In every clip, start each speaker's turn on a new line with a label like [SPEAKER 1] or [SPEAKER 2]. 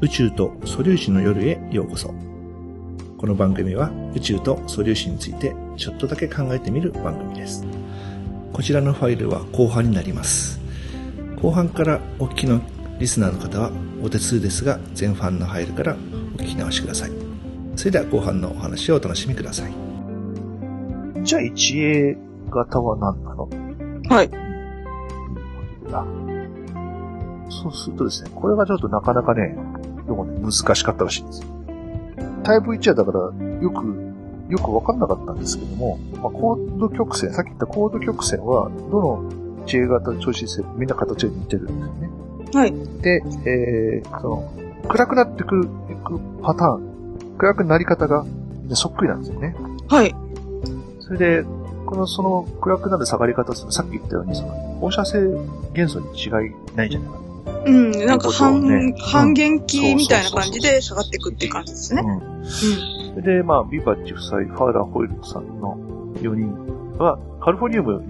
[SPEAKER 1] 宇宙と素粒子の夜へようこそ。この番組は宇宙と素粒子についてちょっとだけ考えてみる番組です。こちらのファイルは後半になります。後半からお聞きのリスナーの方はお手数ですが前半のファイルからお聞き直しください。それでは後半のお話をお楽しみください。じゃあ 1A 型は何なの
[SPEAKER 2] はい。
[SPEAKER 1] あそうするとですね、これがちょっとなかなかね、どうもね、難しかったらしいんですよ。タイプ1はだから、よく、よくわかんなかったんですけども、まあ、コード曲線、さっき言ったコード曲線は、どの J 型超新星、みんな形が似てるんですね。
[SPEAKER 2] はい。
[SPEAKER 1] で、えー、その、暗くなってくるパターン、暗くなり方が、みんなそっくりなんですよね。
[SPEAKER 2] はい。
[SPEAKER 1] それで、この、その暗くなる下がり方っていうのはさっき言ったように、その、放射性元素に違いないじゃないか
[SPEAKER 2] うん。なんか半、
[SPEAKER 1] なるほどね
[SPEAKER 2] 半減期みたいな感じで下がっていくっていう感じですね。
[SPEAKER 1] うん
[SPEAKER 2] う
[SPEAKER 1] それで、まあ、ビバッチ夫妻、ファーラー・ホイルさんの4人は、カルフォニウム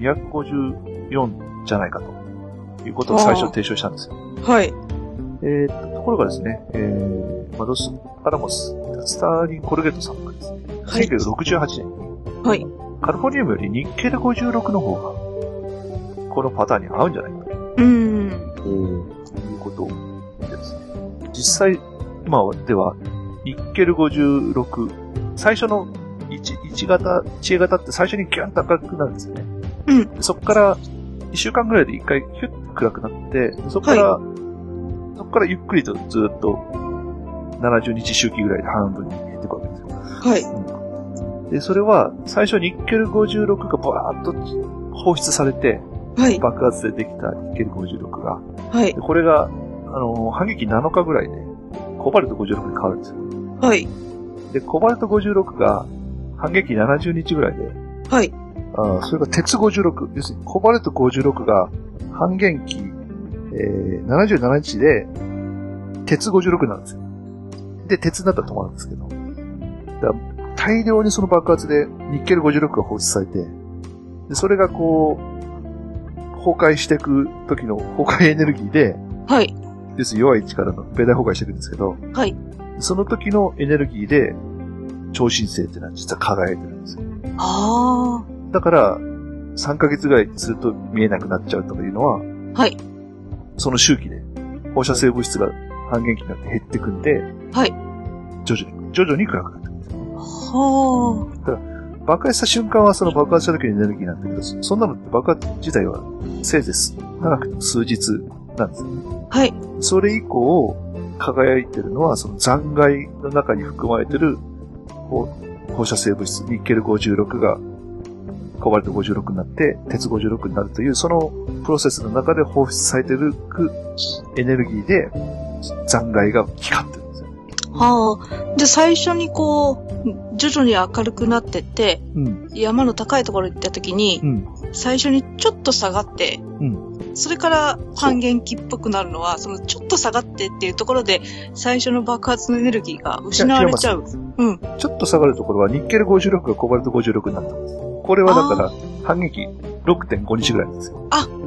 [SPEAKER 1] 254じゃないかということを最初提唱したんですよ。
[SPEAKER 2] ん。はい。
[SPEAKER 1] えー、ところがですね、えー、まあ、ロス・アラモス、スターリン・コルゲットさんがですね、
[SPEAKER 2] はい
[SPEAKER 1] 1968年、
[SPEAKER 2] はい。
[SPEAKER 1] カルフォニウムよりニッケル56の方が、このパターンに合うんじゃないか
[SPEAKER 2] うん。
[SPEAKER 1] ということを言ってですね、実際、今では、ニッケル56、最初の 1, 1型、知恵型って最初にギュンと赤くなるんですよね。
[SPEAKER 2] うん
[SPEAKER 1] でそこから、1週間ぐらいで1回ヒュッと暗くなって、そこから、そこからゆっくりとずっと、70日周期ぐらいで半分に減っていくわけですよ。
[SPEAKER 2] はい。
[SPEAKER 1] で、それは、最初ニッケル56がバーッと放出されて、
[SPEAKER 2] はい。
[SPEAKER 1] 爆発でできたニッケル56が、
[SPEAKER 2] はい
[SPEAKER 1] で。これが、あのー反撃7日ぐらいで、コバルト56に変わるんですよ。
[SPEAKER 2] はい。
[SPEAKER 1] で、コバルト56が、反撃70日ぐらいで、
[SPEAKER 2] はい。
[SPEAKER 1] あーそれが鉄56、要するにコバルト56が、半減期、えー、77日で、鉄56なんですよ。で、鉄になったら止まるんですけど。だから大量にその爆発で、ニッケル56が放出されて、で、それがこう、崩壊していく時の崩壊エネルギーで、
[SPEAKER 2] はい。
[SPEAKER 1] 要するに弱い力の米大崩壊していくんですけど、
[SPEAKER 2] はい
[SPEAKER 1] その時のエネルギーで、超新星っていうのは実は輝いてるんですよ。
[SPEAKER 2] あ
[SPEAKER 1] だから、3ヶ月ぐらいすると見えなくなっちゃうとかいうのは、
[SPEAKER 2] ー。はい。
[SPEAKER 1] その周期で放射性物質が半減期になって減ってくんで、
[SPEAKER 2] はい
[SPEAKER 1] 徐々に、徐々に暗くなってくるんですよ。
[SPEAKER 2] は
[SPEAKER 1] 爆発した瞬間はその爆発した時のエネルギーなんだけど、そんなのって爆発自体はせいぜい長くても数日なんですよね。
[SPEAKER 2] あ。はい。
[SPEAKER 1] それ以降、輝いてるのは、その残骸の中に含まれてる放放射性物質、ニッケル56が、コバルト56になって、鉄56になるという、そのプロセスの中で放出されてるエネルギーで、残骸が光ってるんですよ。
[SPEAKER 2] はあ。じゃあ最初にこう、徐々に明るくなってって、
[SPEAKER 1] うん、
[SPEAKER 2] 山の高いところに行った時に
[SPEAKER 1] う、ん、
[SPEAKER 2] 最初にちょっと下がって、
[SPEAKER 1] うん。
[SPEAKER 2] それから半減期っぽくなるのは、そのちょっと下がってっていうところで、最初の爆発のエネルギーが失われちゃう。うん。
[SPEAKER 1] ちょっと下がるところは、ニッケル56がコバルト56になってます。これはだから、反撃6.5日ぐらいなんですよ。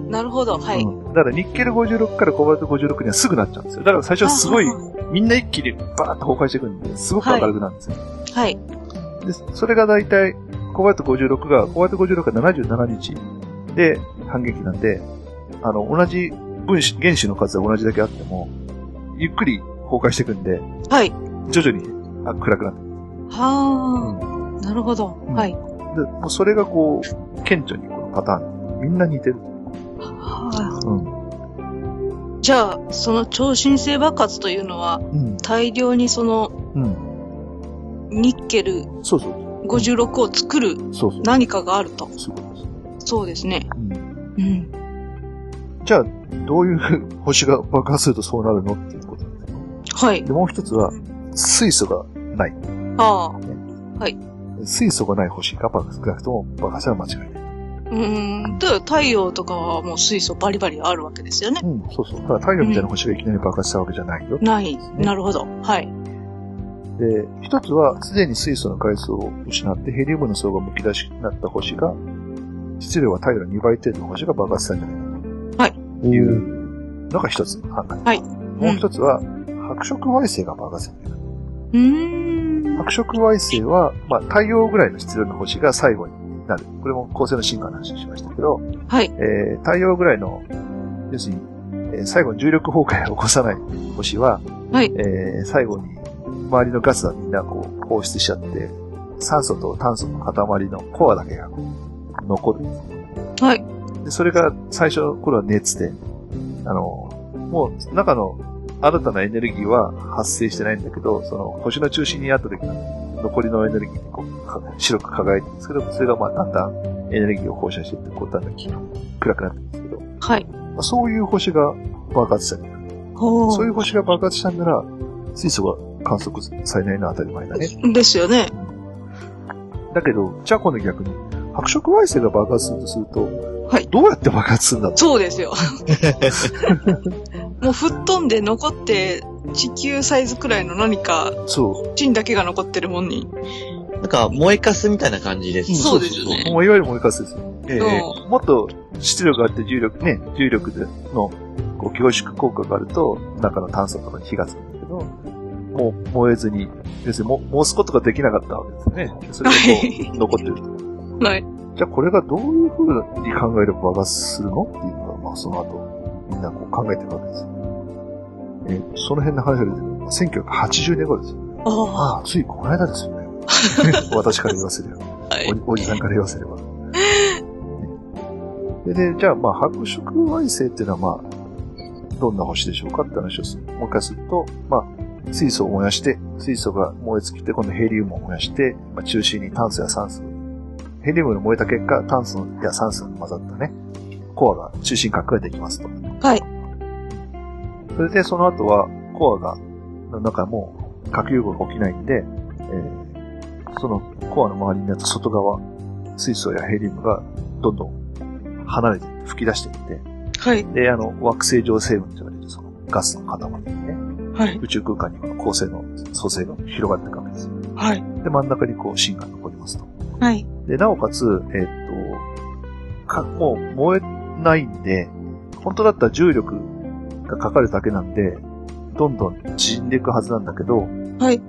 [SPEAKER 2] なるほど。はい。
[SPEAKER 1] うんだからニッケル56からコバルト56にはすぐなっちゃうんですよ。だから最初はすごい
[SPEAKER 2] あ、は
[SPEAKER 1] みんな一気にバーッと崩壊していくんで、すごく明るくなるんですよ。
[SPEAKER 2] い。
[SPEAKER 1] で、それが大体、コバルト56が、コバルト56が77日で反撃なんで、あの、同じ分子、原子の数は同じだけあっても、ゆっくり崩壊していくんで、
[SPEAKER 2] はい。
[SPEAKER 1] 徐々にあ暗くなっていく
[SPEAKER 2] はあ。なるほど。
[SPEAKER 1] ん
[SPEAKER 2] はい。
[SPEAKER 1] で、もうそれがこう、顕著にこのパターン、みんな似てる。
[SPEAKER 2] はあ
[SPEAKER 1] うん。
[SPEAKER 2] じゃあ、その超新星爆発というのは、
[SPEAKER 1] うん。
[SPEAKER 2] 大量にその
[SPEAKER 1] うん。
[SPEAKER 2] ニッケル
[SPEAKER 1] そうそう。
[SPEAKER 2] 56を作る
[SPEAKER 1] そうそう。
[SPEAKER 2] 何かがあると。
[SPEAKER 1] そういうことです。
[SPEAKER 2] そうですね。
[SPEAKER 1] うん。
[SPEAKER 2] うん。
[SPEAKER 1] じゃあ、どういう 星が爆発するとそうなるのっていうこと。
[SPEAKER 2] はい。
[SPEAKER 1] で、もう一つは、水素がない。
[SPEAKER 2] はあ。
[SPEAKER 1] 水素がない星が爆少なくとも爆発は間違いない。
[SPEAKER 2] うーん。だから太陽とかはもう水素バリバリあるわけですよね。
[SPEAKER 1] うん、そうそう。ただ太陽みたいな星がいきなり爆発したわけじゃないよ。
[SPEAKER 2] ない。なるほど。はい。
[SPEAKER 1] で、一つは、すでに水素の階層を失ってヘリウムの層がむき出しになった星が、質量は太陽の2倍程度の星が爆発したんじゃないか
[SPEAKER 2] はい。
[SPEAKER 1] というのが一つ考え。
[SPEAKER 2] はい
[SPEAKER 1] もう一つは、白色矮星が爆発するんだよね。
[SPEAKER 2] うーん。
[SPEAKER 1] 白色矮星は、まあ、太陽ぐらいの質量の星が最後になる。これも恒星の進化の話をしましたけど、
[SPEAKER 2] はい。
[SPEAKER 1] えー太陽ぐらいの、要するに、えー最後に重力崩壊を起こさない星は、
[SPEAKER 2] はい
[SPEAKER 1] えー最後に周りのガスはみんなこう放出しちゃって、酸素と炭素の塊のコアだけが残る。
[SPEAKER 2] はい。
[SPEAKER 1] で、それが最初の頃は熱で、あの、もう中の新たなエネルギーは発生してないんだけど、その星の中心にあった時の残りのエネルギーにこうか白く輝いてるんですけど、それがまあだんだんエネルギーを放射していって、こうだんだん暗くなってるんですけど、ま
[SPEAKER 2] はい。
[SPEAKER 1] あ、そういう星が爆発したり、
[SPEAKER 2] ほ
[SPEAKER 1] そういう星が爆発したんなら、水素が観測されないのは当たり前だね。
[SPEAKER 2] う。ですよね。
[SPEAKER 1] だけど、じゃあ今度逆に、白色矮星が爆発するとすると、
[SPEAKER 2] はい
[SPEAKER 1] どうやって爆発するんだろう
[SPEAKER 2] そうです よ。もう吹っ飛んで残って、地球サイズくらいの何か、
[SPEAKER 1] そう。
[SPEAKER 2] 人だけが残ってるもんに。
[SPEAKER 3] なんか、燃えかすみたいな感じです。
[SPEAKER 2] そうですよね
[SPEAKER 1] もういわゆる燃えかすですよ。ええ
[SPEAKER 2] う
[SPEAKER 1] もっと出力があって重力、ね、重力でのこう凝縮効果があると、中の炭素とかに火がつくんだけど、もう燃えずに、要するにも燃すことができなかったわけですね。それが
[SPEAKER 2] は
[SPEAKER 1] こう残ってる。
[SPEAKER 2] はい。
[SPEAKER 1] じゃあこれがどういうふうに考えれば爆発するのっていうのが、まあその後、みんなこう考えてるわけです。ええその辺の話が出てくる1980年頃ですよ。
[SPEAKER 2] あ
[SPEAKER 1] ああ、ついこの間です よね。私から言わせるよ。
[SPEAKER 2] あ。はい。
[SPEAKER 1] おおじさんから言わせれば。 で、でじゃあ、まあ、白色矮星っていうのは、まあ、どんな星でしょうかって話をする。もう一回すると、まあ、水素を燃やして、水素が燃え尽きて、今度ヘリウムを燃やして、まあ、中心に炭素や酸素。ヘリウムが燃えた結果、炭素や酸素が混ざったね、コアが、中心核ができますと。
[SPEAKER 2] はい。
[SPEAKER 1] それで、その後は、コアが、なんかもう、核融合が起きないんで、えーそのコアの周りになった外側、水素やヘリウムがどんどん離れて、吹き出していって、
[SPEAKER 2] はい。
[SPEAKER 1] で、あの、惑星上成分と言われる、そのガスの塊にね、
[SPEAKER 2] はい。
[SPEAKER 1] 宇宙空間にこの恒星の組成が広がっていくわけです。
[SPEAKER 2] はい。
[SPEAKER 1] で、真ん中にこう芯が残りますと。
[SPEAKER 2] はい。
[SPEAKER 1] で、なおかつ、えーっと、か、もう燃えないんで、本当だったら重力がかかるだけなんで、どんどん縮んでいくはずなんだけど、
[SPEAKER 2] はい。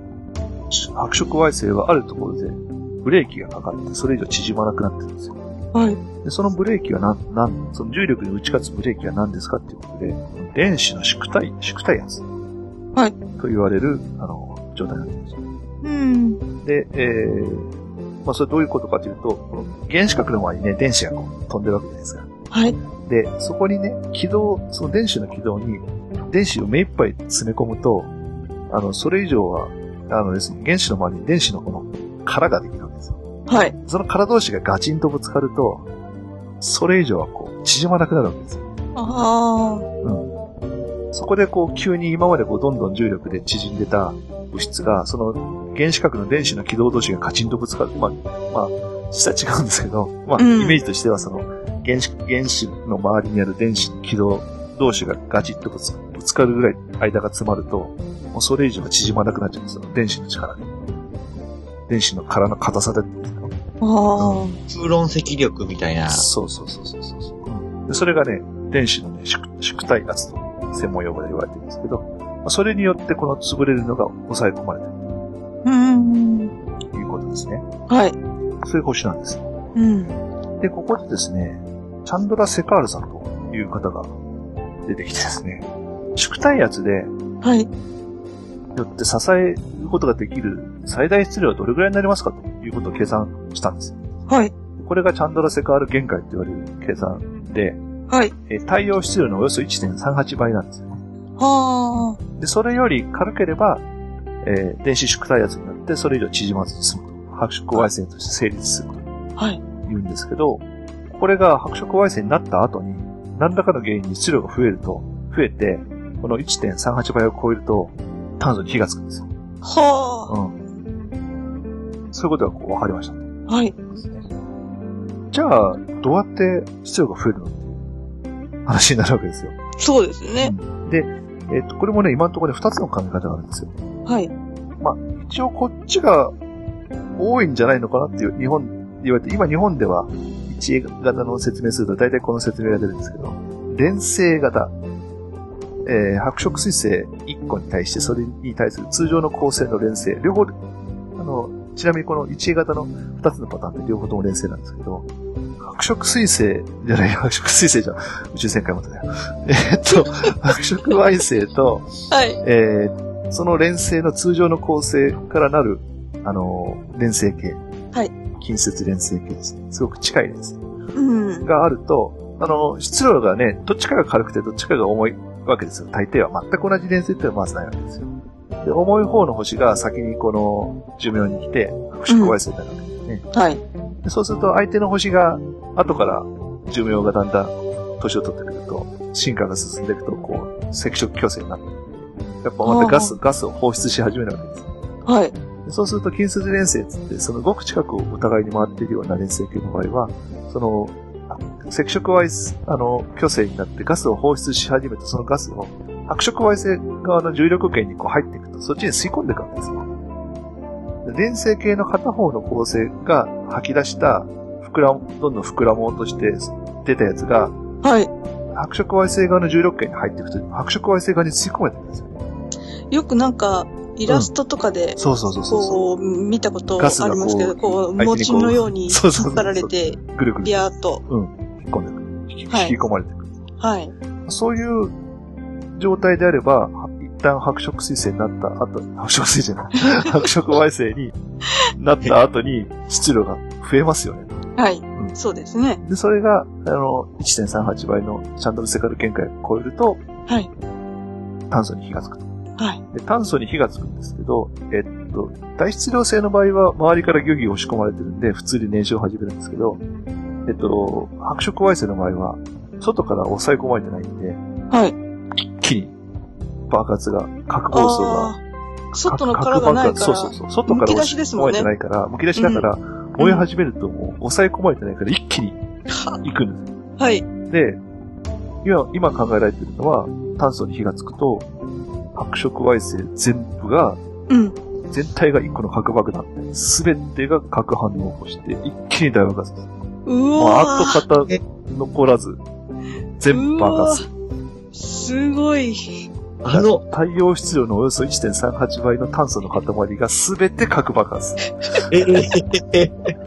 [SPEAKER 1] 白色矮星はあるところでブレーキがかかって、それ以上縮まなくなってるんですよ。
[SPEAKER 2] はい。
[SPEAKER 1] で、そのブレーキはなん、なん、その重力に打ち勝つブレーキは何ですかっていうことで、電子の縮体、縮体圧。
[SPEAKER 2] はい
[SPEAKER 1] と言われる、あの、状態になってるんですよ。
[SPEAKER 2] うん。
[SPEAKER 1] で、えー、まあ、それどういうことかというと、この原子核の周りにね、電子がこう飛んでるわけじゃないですか。
[SPEAKER 2] はい。
[SPEAKER 1] で、そこにね、軌道、その電子の軌道に、電子を目いっぱい詰め込むと、あの、それ以上は、あの、要するに原子の周りに電子のこの殻ができるわけですよ。
[SPEAKER 2] はい。
[SPEAKER 1] その殻同士がガチンとぶつかると、それ以上はこう、縮まなくなるわけですよ。
[SPEAKER 2] ああ。
[SPEAKER 1] そこでこう、急に今までこう、どんどん重力で縮んでた物質が、その原子核の電子の軌道同士がカチンとぶつかる。まあ、まあ、実は違うんですけど、まあ、
[SPEAKER 2] うん
[SPEAKER 1] イメージとしてはその、原子、原子の周りにある電子の軌道同士がガチッとぶつぶつかるぐらい間が詰まると、もうそれ以上は縮まなくなっちゃうんですよ。電子の力で。電子の殻の硬さでっていうんですか
[SPEAKER 2] あ
[SPEAKER 3] 風論積力みたいな。
[SPEAKER 1] そうそうそうそうそうそうで。それがね、電子のね、縮縮体圧と専門用語で言われてるんですけど、まあそれによってこの潰れるのが抑え込まれてる
[SPEAKER 2] あ。うん。
[SPEAKER 1] ということですね。
[SPEAKER 2] はい。
[SPEAKER 1] そういう星なんです。
[SPEAKER 2] うん。
[SPEAKER 1] で、ここでですね、チャンドラ・セカールさんという方が出てきてですね、縮体圧で、
[SPEAKER 2] はい。
[SPEAKER 1] よって支えることができる最大質量はどれぐらいになりますかということを計算したんですよ。
[SPEAKER 2] はい。
[SPEAKER 1] これがチャンドラ・セカール限界と言われる計算で、
[SPEAKER 2] はい。
[SPEAKER 1] えー太陽質量のおよそ1.38倍なんですよね。
[SPEAKER 2] あ
[SPEAKER 1] で、それより軽ければ、えー電子縮体圧によってそれ以上縮まずに済むと。白色矮星として成立すると
[SPEAKER 2] あ。はい。
[SPEAKER 1] 言うんですけど、これが白色矮星になった後に、何らかの原因に質量が増えると、増えて、この1.38倍を超えると、炭素に火がつくんですよ。
[SPEAKER 2] は
[SPEAKER 1] うん。そういうことがこう分かりました、ね。
[SPEAKER 2] あ。はい。
[SPEAKER 1] じゃあ、どうやって質量が増えるのっていう話になるわけですよ。
[SPEAKER 2] そうですね。
[SPEAKER 1] えっ、と、これもね、今のところね、2つの考え方があるんですよ。
[SPEAKER 2] はい。
[SPEAKER 1] 一応こっちが多いんじゃないのかなっていう、日本、言われて、今日本では 1A 型の説明すると大体この説明が出るんですけど、連星型。えー白色彗星1個に対して、それに対する通常の構成の連星、両方、あの、ちなみにこの 1A 型の2つのパターンって両方とも連星なんですけど、白色彗星じゃない、白色彗星じゃん、宇宙戦艦まただよ。えーっと、白色矮星と、
[SPEAKER 2] はい。
[SPEAKER 1] えーその連星の通常の構成からなる、あのー連星系。
[SPEAKER 2] はい
[SPEAKER 1] 近接連星系ですね。すごく近い連星
[SPEAKER 2] うん。
[SPEAKER 1] があると、あのー質量がね、どっちかが軽くてどっちかが重いわけですよ。大抵は全く同じ連星っていうのはまずないわけですよ。で、重い方の星が先にこの寿命に来て、白色矮星になるわけですね。
[SPEAKER 2] はい。
[SPEAKER 1] でそうすると相手の星が後から寿命がだんだん年を取ってくると、進化が進んでいくと、こう、赤色巨星になって、やっぱまたガス、ガスを放出し始めるわけです。
[SPEAKER 2] はい。
[SPEAKER 1] でそうすると近接連星っつって、そのごく近くをお互いに回っているような連星系の場合は、その、あ赤色矮星、あの、巨星になってガスを放出し始めて、そのガスを白色矮星側の重力圏にこう入っていくと、そっちに吸い込んでいくわけですよ。で連星系の片方の構成が吐き出した、膨らん、どんどん膨らもうとして出たやつが、
[SPEAKER 2] は
[SPEAKER 1] 白色矮星側の重力圏に入っていくと、白色矮星側に吸い込まれていくんですよね。
[SPEAKER 2] い。よくなんか、イラストとかで、
[SPEAKER 1] そうそうそうそうそう。
[SPEAKER 2] こう、見たことあ
[SPEAKER 1] ガスがこう
[SPEAKER 2] りますけど、こう、
[SPEAKER 1] 相手に
[SPEAKER 2] 餅
[SPEAKER 1] こう
[SPEAKER 2] のように
[SPEAKER 1] そうそうそうそう
[SPEAKER 2] 刺さられて、
[SPEAKER 1] ぐるぐる
[SPEAKER 2] ビ
[SPEAKER 1] 引っ
[SPEAKER 2] ヤーっと。
[SPEAKER 1] 込んでいく。引き
[SPEAKER 2] はい
[SPEAKER 1] 引き込まれていく。
[SPEAKER 2] はい。
[SPEAKER 1] そういう状態であれば、一旦白色彗星になった後、白色彗星じゃない、白色矮星になった後に質量が増えますよね。
[SPEAKER 2] はい
[SPEAKER 1] ん。
[SPEAKER 2] そうですね。
[SPEAKER 1] で、それが、あの、1.38倍のシャンドルセカル限界を超えると、
[SPEAKER 2] はい。
[SPEAKER 1] 炭素に火がつくと。
[SPEAKER 2] はい。
[SPEAKER 1] で、炭素に火がつくんですけど、えっと、大質量性の場合は周りからギュギュ押し込まれてるんで、普通に燃焼を始めるんですけど、えっと、白色矮星の場合は、外から抑え込まれてないんで、
[SPEAKER 2] はい。
[SPEAKER 1] 一気に爆発が、核暴走が
[SPEAKER 2] ああ。外の殻がないか
[SPEAKER 1] そうそう
[SPEAKER 2] ら。
[SPEAKER 1] そう。外から
[SPEAKER 2] むき出しですもんね
[SPEAKER 1] 押し込まれてないから、むき出しだから、燃え始めるともう抑え込まれてないから一気に行くんで
[SPEAKER 2] はい。
[SPEAKER 1] す。で、今、今考えられてるのは、炭素に火がつくと、白色矮星全部が、
[SPEAKER 2] うん。
[SPEAKER 1] 全体が一個の核爆弾。すべてが核反応を起こして、一気に大爆発です。
[SPEAKER 2] う
[SPEAKER 1] もう
[SPEAKER 2] わー。
[SPEAKER 1] 跡形残らず、全部爆発。
[SPEAKER 2] すごい。
[SPEAKER 3] あの、
[SPEAKER 1] 太陽質量のおよそ1.38倍の炭素の塊がすべて核爆発。
[SPEAKER 3] ええ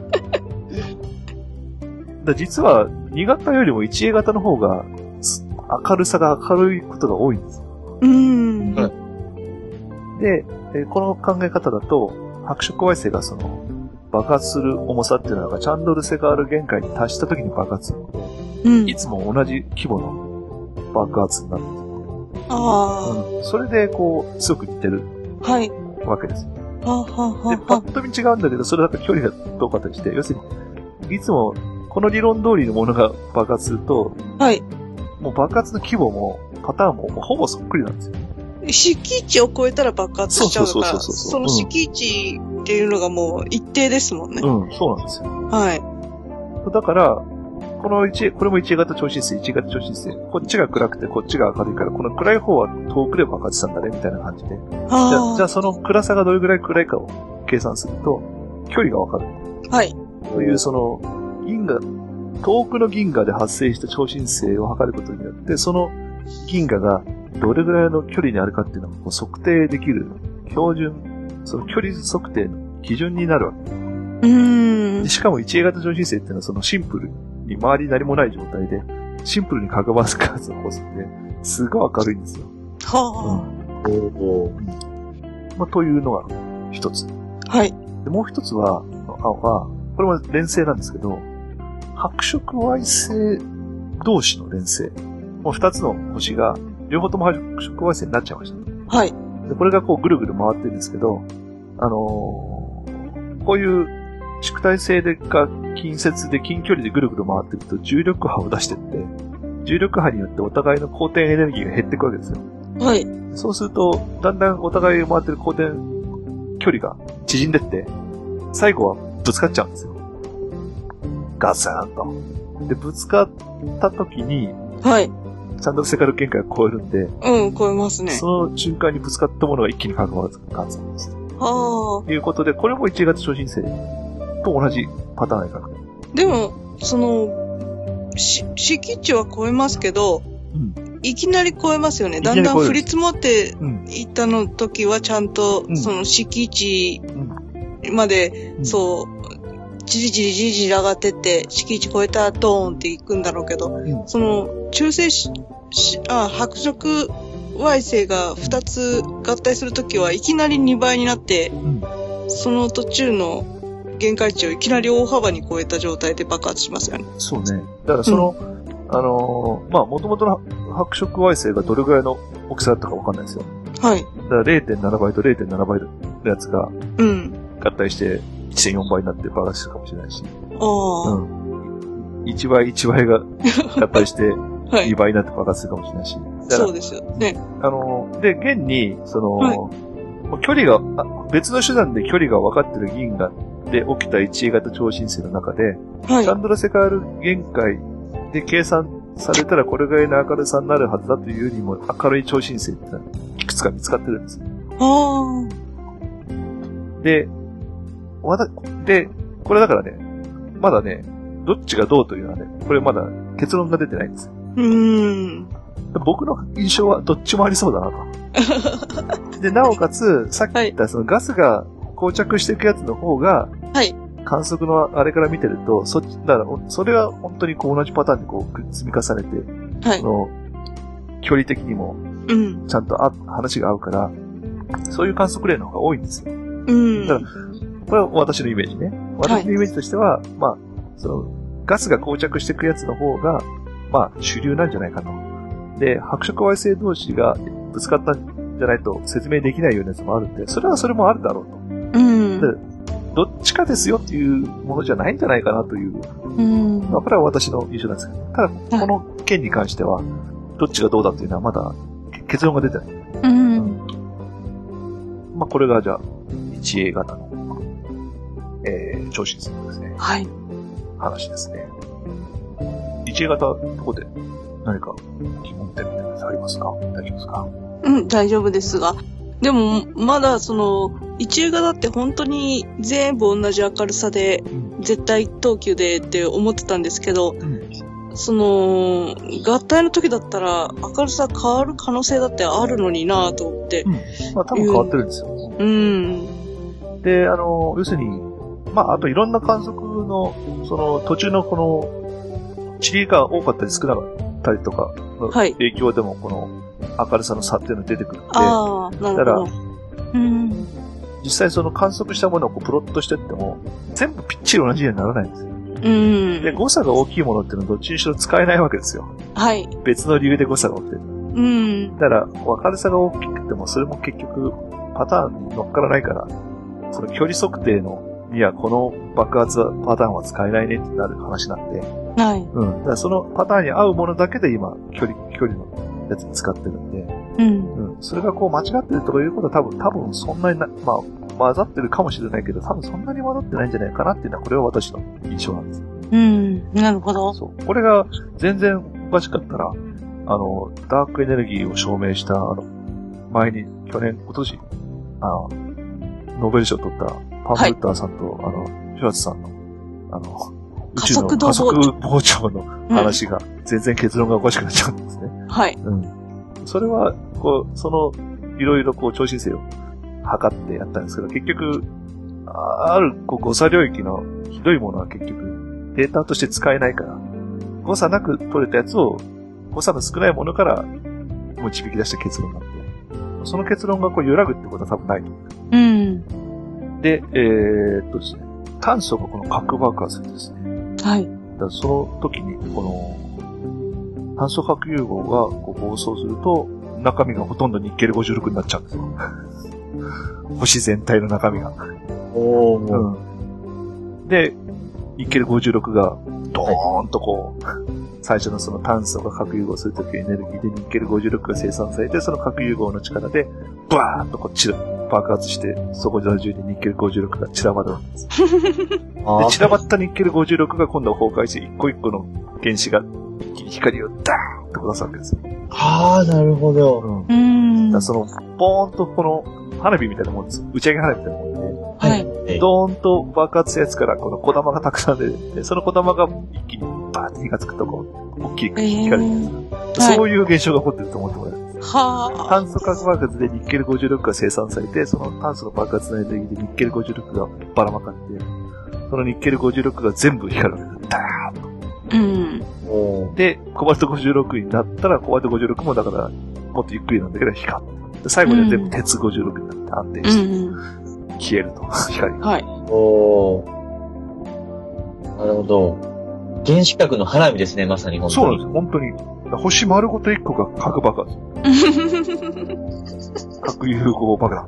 [SPEAKER 1] だから実は、2型よりも 1A 型の方が、す明るさが明るいことが多いんです。
[SPEAKER 2] うん。
[SPEAKER 3] はい
[SPEAKER 1] で、えーこの考え方だと、白色矮星がその、爆発する重さっていうのが、チャンドルセガール限界に達した時に爆発するの
[SPEAKER 2] う
[SPEAKER 1] で、い
[SPEAKER 2] ん。
[SPEAKER 1] つも同じ規模の爆発になる。
[SPEAKER 2] あ
[SPEAKER 1] それで、こう、すごく似てる
[SPEAKER 2] あ。はい。
[SPEAKER 1] わけです。
[SPEAKER 2] はあ、は
[SPEAKER 1] で、
[SPEAKER 2] あはあ
[SPEAKER 1] パ
[SPEAKER 2] は
[SPEAKER 1] ッと見違うんだけど、それだと距離が遠かったりして、要するに、いつも、この理論通りのものが爆発すると、
[SPEAKER 2] あ。はい。
[SPEAKER 1] もう爆発の規模も、パターンも、ほぼそっくりなんですよ。
[SPEAKER 2] 敷地を超えたら爆発しちゃう
[SPEAKER 1] そう
[SPEAKER 2] か
[SPEAKER 1] そう
[SPEAKER 2] ら、
[SPEAKER 1] そうそう
[SPEAKER 2] その敷地っていうのがもう一定ですもんね。
[SPEAKER 1] うん、そうなんですよ。
[SPEAKER 2] はい。
[SPEAKER 1] だから、この1、これも 1A 型超新星、1型超新星。こっちが暗くて、こっちが明るいから、この暗い方は遠くで爆発したんだね、みたいな感じで。じゃ
[SPEAKER 2] あ
[SPEAKER 1] あ、
[SPEAKER 2] あ。
[SPEAKER 1] じゃあその暗さがどれぐらい暗いかを計算すると、距離がわかる。
[SPEAKER 2] はい。
[SPEAKER 1] という、その、銀河、遠くの銀河で発生した超新星を測ることによって、その銀河がどれぐらいの距離にあるかっていうのをこう測定できる標準、その距離測定の基準になるわけ
[SPEAKER 2] うーん
[SPEAKER 1] で。しかも 1A 型超新星っていうのはそのシンプルに周り何もない状態で、シンプルに核爆発を起こすんで、すごい明るいんですよ。
[SPEAKER 2] は
[SPEAKER 1] まあ、というのが一つ。
[SPEAKER 2] あ。はい。
[SPEAKER 1] でもう一つは、あは、これも連星なんですけど、白色矮星同士の連星。もう二つの星が、両方とも白色矮星になっちゃいました。
[SPEAKER 2] はい。
[SPEAKER 1] で、これがこうぐるぐる回ってるんですけど、あのーこういう宿体性でか近接で近距離でぐるぐる回ってると重力波を出してって、重力波によってお互いの交点エネルギーが減っていくわけですよ。
[SPEAKER 2] はい。
[SPEAKER 1] そうすると、だんだんお互い回ってる交点距離が縮んでって、最後はぶつかっちゃうんですよ。ガサーンと。で、ぶつかった時に、
[SPEAKER 2] はい。
[SPEAKER 1] ちゃんとセカル限界を超えるんで、
[SPEAKER 2] うん、超えますね。
[SPEAKER 1] その瞬間にぶつかったものが一気に関わるガツンです。
[SPEAKER 2] は
[SPEAKER 1] ということで、これも1月初心生と同じパターンが描く。
[SPEAKER 2] あ。でも、その、し敷地は超えますけど、
[SPEAKER 1] うん
[SPEAKER 2] いきなり超えますよね。
[SPEAKER 1] いきなり
[SPEAKER 2] だん
[SPEAKER 1] 超え
[SPEAKER 2] だ
[SPEAKER 1] る
[SPEAKER 2] ん降り積もって
[SPEAKER 1] うん。
[SPEAKER 2] いったの時はちゃんと
[SPEAKER 1] う、ん
[SPEAKER 2] その敷地
[SPEAKER 1] うん
[SPEAKER 2] まで、
[SPEAKER 1] うん
[SPEAKER 2] そう、じりじりじりじり上がってって、敷地超えたらドーンって行くんだろうけど、
[SPEAKER 1] うん
[SPEAKER 2] その、中性し、しあ、白色矮星が2つ合体するときはいきなり2倍になって、
[SPEAKER 1] うん。
[SPEAKER 2] その途中の限界値をいきなり大幅に超えた状態で爆発しますよね。
[SPEAKER 1] そうね。だからその、あのーまあ、もともとの白色矮星がどれぐらいの大きさだったかわかんないですよ。
[SPEAKER 2] はい。
[SPEAKER 1] だから0.7倍と0.7倍のやつが
[SPEAKER 2] うん。
[SPEAKER 1] 合体して1.4倍になってバランスしたかもしれないし。
[SPEAKER 2] ああ、
[SPEAKER 1] うん。1倍1倍 が合体して
[SPEAKER 2] は
[SPEAKER 1] 2
[SPEAKER 2] い。
[SPEAKER 1] 倍になって爆発するかもしれないし。だから
[SPEAKER 2] そうですよね。
[SPEAKER 1] あのーで、現に、その、
[SPEAKER 2] はい
[SPEAKER 1] もう距離が、あ別の手段で距離が分かってる銀河で起きた 1A 型超新星の中で、
[SPEAKER 2] はい
[SPEAKER 1] チャ。ンドラセカール限界で計算されたらこれぐらいの明るさになるはずだというよりも明るい超新星ってのはいくつか見つかってるんですよ。
[SPEAKER 2] ああ、
[SPEAKER 1] で、まだ、で、これだからね、まだね、どっちがどうというのはね、これまだ結論が出てないんですよ。
[SPEAKER 2] うーん。
[SPEAKER 1] 僕の印象はどっちもありそうだな と。で、なおかつ、さっき言ったそのガスが膠着していくやつの方が、
[SPEAKER 2] はい。
[SPEAKER 1] 観測のあれから見てると、そっち、だから、おそれは本当にこう同じパターンでこう積み重ねて、
[SPEAKER 2] はい。
[SPEAKER 1] の距離的にも
[SPEAKER 2] うん。
[SPEAKER 1] ちゃんとあ話が合うから、そういう観測例の方が多いんですよ。
[SPEAKER 2] うん。
[SPEAKER 1] だかこれは私のイメージね。私のイメージとしては、まあ、その、ガスが膠着していくやつの方が、まあ、主流なんじゃないかと。で、白色矮星同士がぶつかったんじゃないと説明できないようなやつもあるんで、それはそれもあるだろうと。
[SPEAKER 2] うん。
[SPEAKER 1] でどっちかですよっていうものじゃないんじゃないかなという、
[SPEAKER 2] うん。
[SPEAKER 1] まあ、これは私の印象なんですけど、ただ、この件に関しては、どっちがどうだっていうのはまだ結論が出てない。
[SPEAKER 2] うん。
[SPEAKER 1] まあ、これがじゃあ、1A 型の、えー、超新星のですね、
[SPEAKER 2] はい。
[SPEAKER 1] 話ですね。1A 型のとこで何か疑問点みたいなやつありますか大丈夫ですか
[SPEAKER 2] うん、大丈夫ですが。でも、まだその、一映画だって本当に全部同じ明るさで、
[SPEAKER 1] ん
[SPEAKER 2] 絶対等級でって思ってたんですけど、
[SPEAKER 1] うん。
[SPEAKER 2] その、合体の時だったら明るさ変わる可能性だってあるのになぁと思って。
[SPEAKER 1] まあ、多分変わってるんですよ。
[SPEAKER 2] うん。
[SPEAKER 1] で、あの、要するに、まあ、あといろんな観測の、その、途中のこの、地理が多かったり少なかったりとかの
[SPEAKER 2] はい
[SPEAKER 1] 影響でも、この明るさの差っていうのが出てくるんで、
[SPEAKER 2] ああ、なるほど。うん。
[SPEAKER 1] 実際その観測したものをこうプロットしてっても、全部ぴっちり同じようにならないんですよ。
[SPEAKER 2] うん。
[SPEAKER 1] で、誤差が大きいものっていうのはどっちにしろ使えないわけですよ。
[SPEAKER 2] はい。
[SPEAKER 1] 別の理由で誤差が起きてる。
[SPEAKER 2] うん。
[SPEAKER 1] だから、明るさが大きくても、それも結局、パターンに乗っからないから、その距離測定の、にはこの爆発パターンは使えないねってなる話なんで、
[SPEAKER 2] はい。
[SPEAKER 1] うん。だからそのパターンに合うものだけで今、距離、距離のやつに使ってるんで、
[SPEAKER 2] うん。
[SPEAKER 1] うん。それがこう間違ってるとかいうことは多分、多分そんなにな、まあ、混ざってるかもしれないけど、多分そんなに混ざってないんじゃないかなっていうのは、これは私の印象なんです。
[SPEAKER 2] うん。なるほど。
[SPEAKER 1] そう。これが全然おかしかったら、あの、ダークエネルギーを証明した、あの、前に、去年、今年、あの、ノーベル賞を取ったパンフレッターさんと、あの、ヒュワツさんの、あの、宇宙の
[SPEAKER 2] 加
[SPEAKER 1] 加
[SPEAKER 2] 速
[SPEAKER 1] 速
[SPEAKER 2] 度
[SPEAKER 1] 膨張の
[SPEAKER 2] うん
[SPEAKER 1] 話が、全然結論がおかしくなっちゃうんですね。
[SPEAKER 2] はい。
[SPEAKER 1] うん。それは、こう、その、いろいろこう、超新星を測ってやったんですけど、結局、あある、こう、誤差領域のひどいものは結局、データとして使えないから、誤差なく取れたやつを、誤差の少ないものから、導き出した結論なんで、その結論がこう、揺らぐってことは多分ないと思
[SPEAKER 2] うん。
[SPEAKER 1] う。で、えー、っとですね、炭素がこの核爆発ですね。
[SPEAKER 2] はい。
[SPEAKER 1] だからその時に、この、炭素核融合がこう暴走すると、中身がほとんどニッケル56になっちゃうんですよ。 星全体の中身が。
[SPEAKER 3] おー、
[SPEAKER 1] うんで、ニッケル56がドーンとこう、最初のその炭素が核融合するときエネルギーでニッケル56が生産されて、その核融合の力で、バーンとこう散ら爆発して、そこ中にニッケル56が散らばるわけです。
[SPEAKER 3] あ
[SPEAKER 1] で、
[SPEAKER 3] ー
[SPEAKER 1] 散らばったニッケル56が今度は崩壊して、一個一個の原子が一気に光をダーンと下すわけですよ。
[SPEAKER 3] あー、なるほど。
[SPEAKER 1] うん。だか
[SPEAKER 2] うん。
[SPEAKER 1] らその、ボーンとこの花火みたいなもんですよ。打ち上げ花火みたいなもんで、
[SPEAKER 2] はい。
[SPEAKER 3] え
[SPEAKER 1] ドーンと爆発したやつからこの小玉がたくさん出て、その小玉が一気にバーンって火がつくとこう、大きい光が出てるんですよ。
[SPEAKER 2] はい
[SPEAKER 1] そういう現象が起こってると思ってもらえる。
[SPEAKER 2] はあ。
[SPEAKER 1] 炭素核爆発でニッケル56が生産されて、その炭素の爆発のエネルギーでニッケル56がばらまかって、そのニッケル56が全部光るわけです。ダーッと
[SPEAKER 2] うん。
[SPEAKER 3] おー
[SPEAKER 1] で、コバルト56になったら、コバルト56もだから、もっとゆっくりなんだけど光る。で最後に全部鉄56になって安定
[SPEAKER 2] う
[SPEAKER 1] して
[SPEAKER 2] ん うん。
[SPEAKER 1] 消えると、光が。
[SPEAKER 2] はい。
[SPEAKER 3] おーなるほど。原子核の花火ですね、まさに本
[SPEAKER 1] そう
[SPEAKER 3] 当
[SPEAKER 1] なん
[SPEAKER 3] に。
[SPEAKER 1] ですよ、本当に。星丸ごと1個が核爆発。核融合爆弾。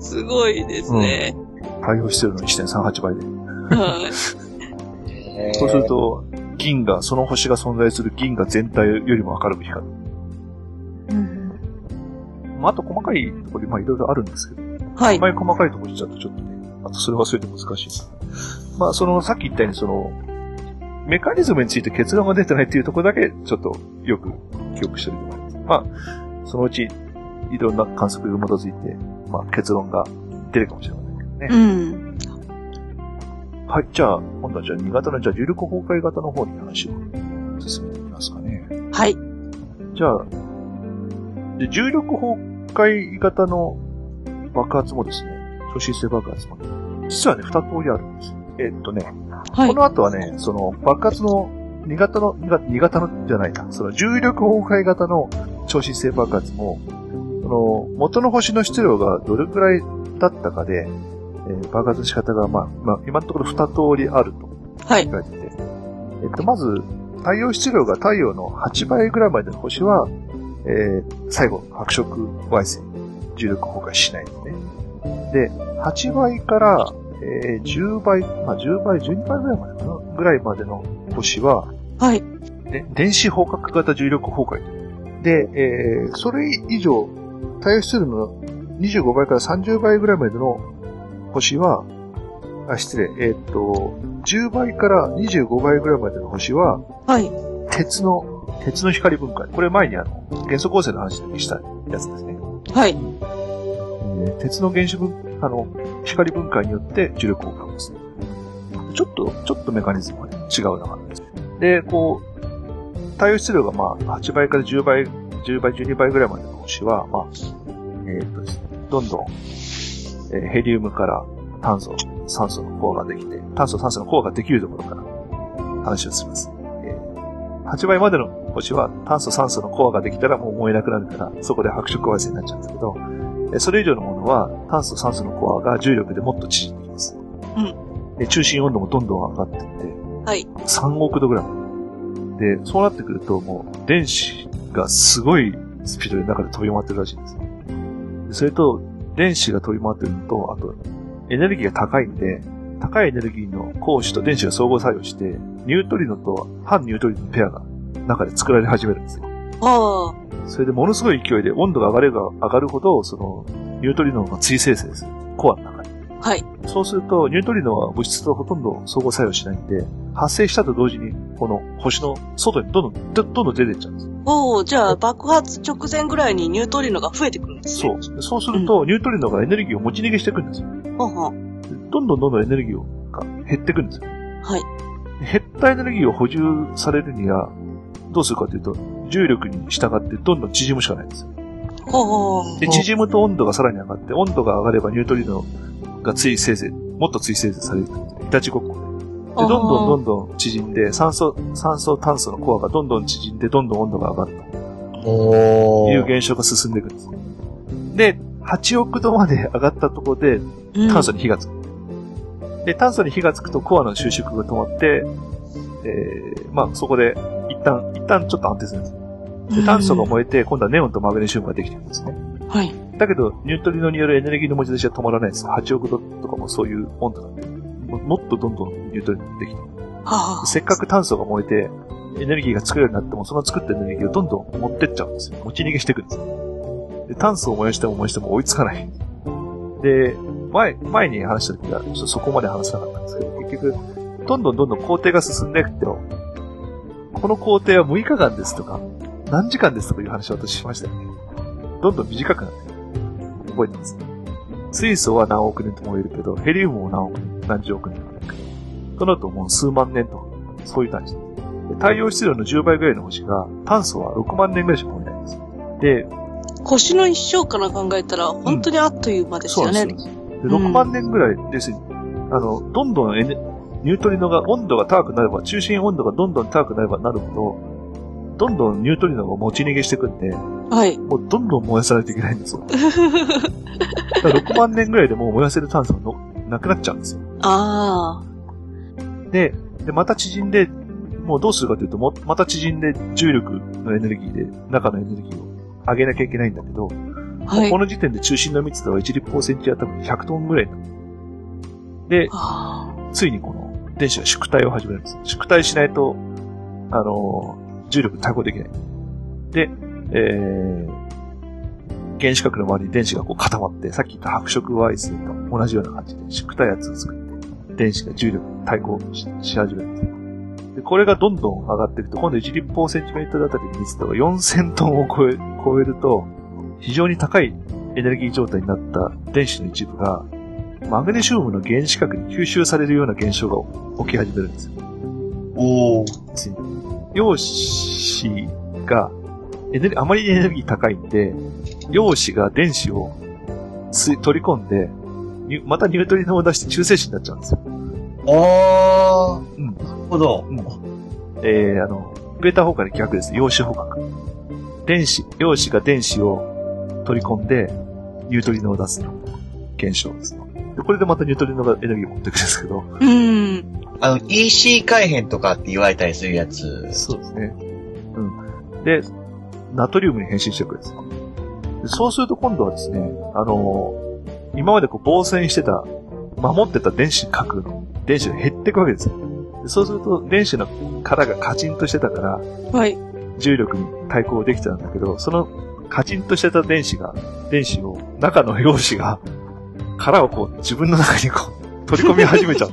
[SPEAKER 2] すごいですね。
[SPEAKER 1] 対応してるの1.38倍で。
[SPEAKER 2] はい。
[SPEAKER 3] へー
[SPEAKER 1] そうする、と、銀が、その星が存在する銀が全体よりも明るく光る。
[SPEAKER 2] うん
[SPEAKER 1] まあ、あと細かいところで、まあ、いろいろあるんですけど、
[SPEAKER 2] は
[SPEAKER 1] あ
[SPEAKER 2] い
[SPEAKER 1] ん。まり細かいところしちゃうとちょっとね、あとそれ忘れて難しいです。まあ、その、さっき言ったように、その、メカニズムについて結論が出てないっていうところだけ、ちょっと、よく、記憶しておいてもらって。まあ、そのうち、いろんな観測に基づいて、まあ、結論が出るかもしれませんけどね。
[SPEAKER 2] うん。
[SPEAKER 1] はい、じゃあ、今度はじゃあ、新潟の、じゃあ、重力崩壊型の方に話を進めてみますかね。
[SPEAKER 2] はい。
[SPEAKER 1] じゃあ、で重力崩壊型の爆発もですね、超新星爆発も、実はね、二通りあるんですよ。えっとね、
[SPEAKER 2] はい
[SPEAKER 1] こ。の後はね、その爆発の、新潟の、新潟新潟のじゃないか、その重力崩壊型の超新星爆発も、その元の星の質量がどれくらいだったかで、えー爆発の仕方が、まあ、まあ、今のところ二通りあると
[SPEAKER 2] はい。
[SPEAKER 1] 書いてて、えっと、まず、太陽質量が太陽の8倍ぐらいまでの星は、えー最後、白色矮星、重力崩壊しないんですね。で、8倍から、えー10倍、まあ、10倍、12倍ぐらいまでかな、ぐらいまでの星は、
[SPEAKER 2] はい。
[SPEAKER 1] で電子方角型重力崩壊。で、えーそれ以上、太陽質量の25倍から30倍ぐらいまでの星は、あ、失礼、えーっと、10倍から25倍ぐらいまでの星は、
[SPEAKER 2] はい。
[SPEAKER 1] 鉄の、鉄の光分解。これ前にあの、元素構成の話でしたやつですね。
[SPEAKER 2] はい。
[SPEAKER 1] えー鉄の原子分、あの、光分解によって重力効果ですね。ちょっと、ちょっとメカニズムがね、違うなかったです。で、こう、太陽質量がまあ、8倍から10倍、10倍、12倍ぐらいまでの星は、まあ、えーっとですね、どんどん、えーヘリウムから炭素、酸素のコアができて、炭素、酸素のコアができるところから話をします。えー8倍までの星は炭素、酸素のコアができたらもう燃えなくなるから、そこで白色矮星になっちゃうんですけど、えそれ以上のものは炭素、酸素のコアが重力でもっと縮んでいきます。で中心温度もどんどん上がっていって、
[SPEAKER 2] はい。
[SPEAKER 1] 3億度ぐらいまで。で、そうなってくるともう電子がすごいスピードで中で飛び回ってるらしいんですよ。でそれと、電子が飛び回ってるのと、あと、エネルギーが高いんで、高いエネルギーの光子と電子が相互作用して、ニュートリノと反ニュートリノのペアが中で作られ始めるんですよ。
[SPEAKER 2] は
[SPEAKER 1] それでものすごい勢いで温度が上がれば上がるほど、その、ニュートリノが追生成でする。コアの中に。
[SPEAKER 2] あ。はい。
[SPEAKER 1] そうすると、ニュートリノは物質とほとんど相互作用しないんで、発生したと同時に、この星の外にどんどん、どどんどん出てっちゃうんです。
[SPEAKER 2] おおじゃあ爆発直前ぐらいにニュートリノが増えてくるんです
[SPEAKER 1] そ
[SPEAKER 2] ね。
[SPEAKER 1] う。そうすると、ニュートリノがエネルギーを持ち逃げしていくんですよ。
[SPEAKER 2] そう。はは。
[SPEAKER 1] どんどんどんどんエネルギーが減っていくんですよ。
[SPEAKER 2] はい。
[SPEAKER 1] 減ったエネルギーを補充されるには、どうするかというと、重力に従ってどんどん縮むしかないんですよ。
[SPEAKER 2] ほうほう。
[SPEAKER 1] で、縮むと温度がさらに上がって、温度が上がればニュートリノが追生成、もっと追生成される。イタチごっこで。で、どんどんどんどん縮んで、酸素、酸素、炭素のコアがどんどん縮んで、どんどん温度が上がると
[SPEAKER 3] お
[SPEAKER 1] いう
[SPEAKER 3] ー
[SPEAKER 1] 現象が進んでいくんですね。で、8億度まで上がったところで、
[SPEAKER 2] うん
[SPEAKER 1] 炭素に火がつく。で、炭素に火がつくとコアの収縮が止まって、えー、まあ、そこで、一旦、一旦ちょっと安定するんです。で、炭素が燃えて、今度はネオンとマグネシウムができてるんですね。
[SPEAKER 2] うんはい。
[SPEAKER 1] だけど、ニュートリノによるエネルギーの持ち出しは止まらないです。8億度とかもそういう温度なんで、ももっとどんどんニュートリノができて、
[SPEAKER 2] はあ。
[SPEAKER 1] せっかく炭素が燃えて、エネルギーが作れるようになっても、その作ったエネルギーをどんどん持ってっちゃうんですよ。持ち逃げしていくんですよ。で、炭素を燃やしても燃やしても追いつかない。で、前、前に話した時は、ちょっとそこまで話せなかったんですけど、結局、どんどんどんどん工程が進んでいくと、この工程は6日間ですとか、何時間ですとかいう話を私しましたよね。どんどん短くなってる。覚えてます水素は何億年とも言えるけど、ヘリウムも何億年、何十億年とも言えるけど、その後もう数万年とか、そういう感じ。で太陽質量の10倍ぐらいの星が、炭素は6万年ぐらいしか燃えないんですよ。で、
[SPEAKER 2] 腰の一生から考えたら、本当にあっという間です
[SPEAKER 1] そう
[SPEAKER 2] よ
[SPEAKER 1] なん
[SPEAKER 2] ね。
[SPEAKER 1] ですよ。で6万年ぐらい、要するに、あの、どんどんエネニュートリノが温度が高くなれば、中心温度がどんどん高くなればなるほど、どんどんニュートリノが持ち逃げしてくんで、
[SPEAKER 2] はい。
[SPEAKER 1] もうどんどん燃やさないといけないんです よ。だから6万年ぐらいでもう燃やせる炭素がのなくなっちゃうんですよ。
[SPEAKER 2] あ
[SPEAKER 1] で、でまた縮んで、もうどうするかというと、もまた縮んで重力のエネルギーで中のエネルギーを上げなきゃいけないんだけど、
[SPEAKER 2] あ。はい
[SPEAKER 1] こ。の時点で中心の密度は1立方センチあたり100トンぐらいになる。で、
[SPEAKER 2] あ
[SPEAKER 1] ついにこの電子が縮体を始めるんです。縮体しないと、あのー重力に対抗できない。で、えー、原子核の周りに電子がこう固まって、さっき言った白色アイスと同じような感じで縮体圧を作って、電子が重力に対抗しし始めるんです。で、これがどんどん上がっていくと、今度1立方センチメートルあたりの密度が4000トンを超え超えると、非常に高いエネルギー状態になった電子の一部が、マグネシウムの原子核に吸収されるような現象が起き始めるんですよ。
[SPEAKER 3] おお。
[SPEAKER 1] 陽子が、エネルあまりエネルギー高いんで、陽子が電子を吸い取り込んで、ニュまたニュートリノを出して中性子になっちゃうんですよ。
[SPEAKER 3] あー。
[SPEAKER 1] うん
[SPEAKER 3] なるほど。
[SPEAKER 1] えー、あの、ベータ崩壊の逆です。陽子崩壊。電子、陽子が電子を取り込んで、ニュートリノを出す現象ですね。でこれでまたニュートリノがエネルギーを持っていくんですけど、
[SPEAKER 2] あ。うん。
[SPEAKER 3] あの、EC 改変とかって言われたりするやつ。
[SPEAKER 1] そうですね。うん。で、ナトリウムに変身していくんですよ。でそうすると今度はですね、あのー今までこう防線してた、守ってた電子核の電子が減っていくわけですよ。でそうすると電子の殻がカチンとしてたから、
[SPEAKER 2] はい。
[SPEAKER 1] 重力に対抗できたんだけど、そのカチンとしてた電子が、電子を、中の陽子が、殻をこう自分の中にこう取り込み始めちゃう。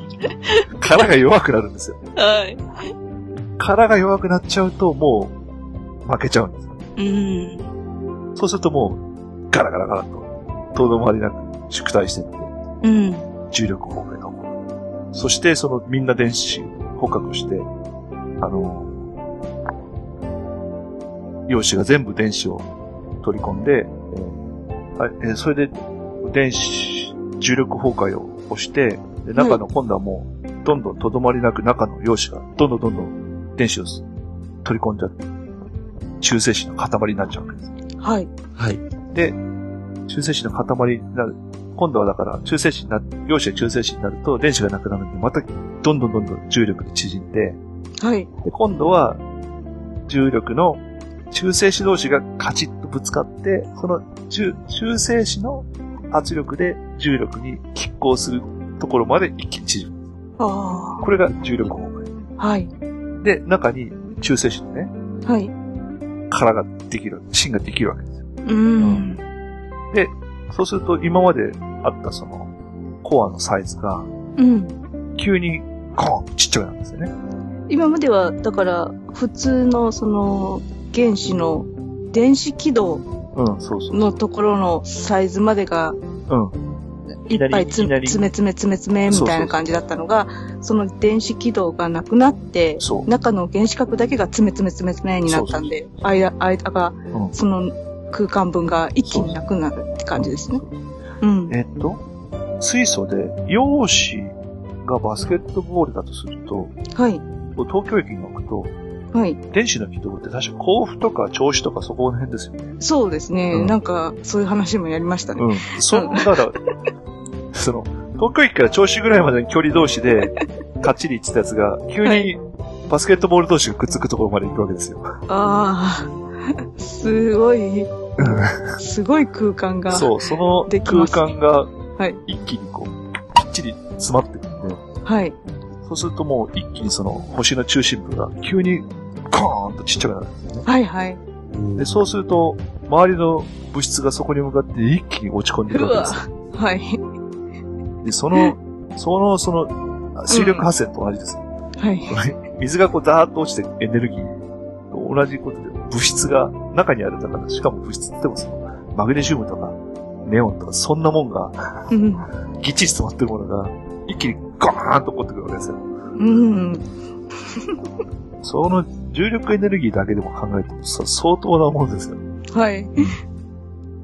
[SPEAKER 1] 殻が弱くなるんですよ。
[SPEAKER 2] はい。
[SPEAKER 1] 殻が弱くなっちゃうともう負けちゃうんです。
[SPEAKER 2] うん。
[SPEAKER 1] そうするともうガラガラガラと、とどまりなく縮退していって、
[SPEAKER 2] うん。
[SPEAKER 1] 重力崩壊が起こる。そしてそのみんな電子捕獲して、あの、陽子が全部電子を取り込んで、えーあえーそれで電子、重力崩壊を起こして、で中の今度はもうどんどんとどまりなく中の陽子がどんどんどんどん電子を取り込んじゃって、中性子の塊になっちゃうわけです。
[SPEAKER 2] はい。
[SPEAKER 3] はい。
[SPEAKER 1] で、中性子の塊になる。今度はだから、中性子にな、陽子が中性子になると、電子がなくなるんで、また、どんどんどんどん重力で縮んで、
[SPEAKER 2] はい。
[SPEAKER 1] で、今度は、重力の中性子同士がカチッとぶつかって、その中、中性子の圧力で重力に拮抗するところまで一気に縮む。
[SPEAKER 2] あ
[SPEAKER 1] これが重力崩
[SPEAKER 2] あ。はい。
[SPEAKER 1] 壊。で、中に中性子のね、
[SPEAKER 2] はい。
[SPEAKER 1] 殻ができる、芯ができるわけです。
[SPEAKER 2] うん。
[SPEAKER 1] そうすると今まであったそのコアのサイズが
[SPEAKER 2] うん。
[SPEAKER 1] 急にコーンちっちゃくなるんですよね。
[SPEAKER 2] 今までは、だから、普通の、その、原子の、電子軌道
[SPEAKER 1] うん、そうそう。
[SPEAKER 2] のところのサイズまでが、
[SPEAKER 1] うん。
[SPEAKER 2] いっぱいつ
[SPEAKER 1] いきな
[SPEAKER 2] 詰
[SPEAKER 1] り
[SPEAKER 2] め詰め詰め詰めみたいな感じだったのが、その電子軌道がなくなって、
[SPEAKER 1] そう。
[SPEAKER 2] 中の原子核だけが詰め詰め詰め詰めになったんで、間間が、
[SPEAKER 1] うん
[SPEAKER 2] その空間分が一気になくなるって感じですね。うん。
[SPEAKER 1] えっと、水素で陽子がバスケットボールだとすると、
[SPEAKER 2] はい。
[SPEAKER 1] 東京駅に置くと、
[SPEAKER 2] はい。
[SPEAKER 1] 電子の軌道って確か甲府とか銚子とかそこら辺ですよね。
[SPEAKER 2] そうですね。
[SPEAKER 1] うん
[SPEAKER 2] なんか、そういう話もやりましたね。
[SPEAKER 1] うん。その、だから、 その、東京駅から銚子ぐらいまでの距離同士で、かっちり行ってたやつが、急
[SPEAKER 2] は
[SPEAKER 1] に
[SPEAKER 2] い
[SPEAKER 1] バスケットボール同士がくっつくところまで行くわけですよ。
[SPEAKER 2] ああ、 すごい、すごい空間が。
[SPEAKER 1] そう、その
[SPEAKER 2] でき
[SPEAKER 1] 空
[SPEAKER 2] ます
[SPEAKER 1] 間が
[SPEAKER 2] い
[SPEAKER 1] 一気にこう、きっちり詰まってくんで、
[SPEAKER 2] はい。
[SPEAKER 1] そうするともう一気にその星の中心部が急にコーンとちっちゃくなる。
[SPEAKER 2] はいはい。
[SPEAKER 1] で、そうすると周りの物質がそこに向かって一気に落ち込んでいうくわけで
[SPEAKER 2] わ
[SPEAKER 1] す。。
[SPEAKER 2] はい。
[SPEAKER 1] で、その、その、その、水力発電と同じです。
[SPEAKER 2] はい。
[SPEAKER 1] 水がこうダーッと落ちてエネルギーと同じことで物質が中にある。だから、しかも物質ってもその、マグネシウムとか、ネオンとか、そんなもんが
[SPEAKER 2] うん。
[SPEAKER 1] ぎっちり詰まってるものが、一気にゴーンと起こってくるわけですよ。
[SPEAKER 2] うん。
[SPEAKER 1] その重力エネルギーだけでも考えてもさ、相当なものですよ。
[SPEAKER 2] はい。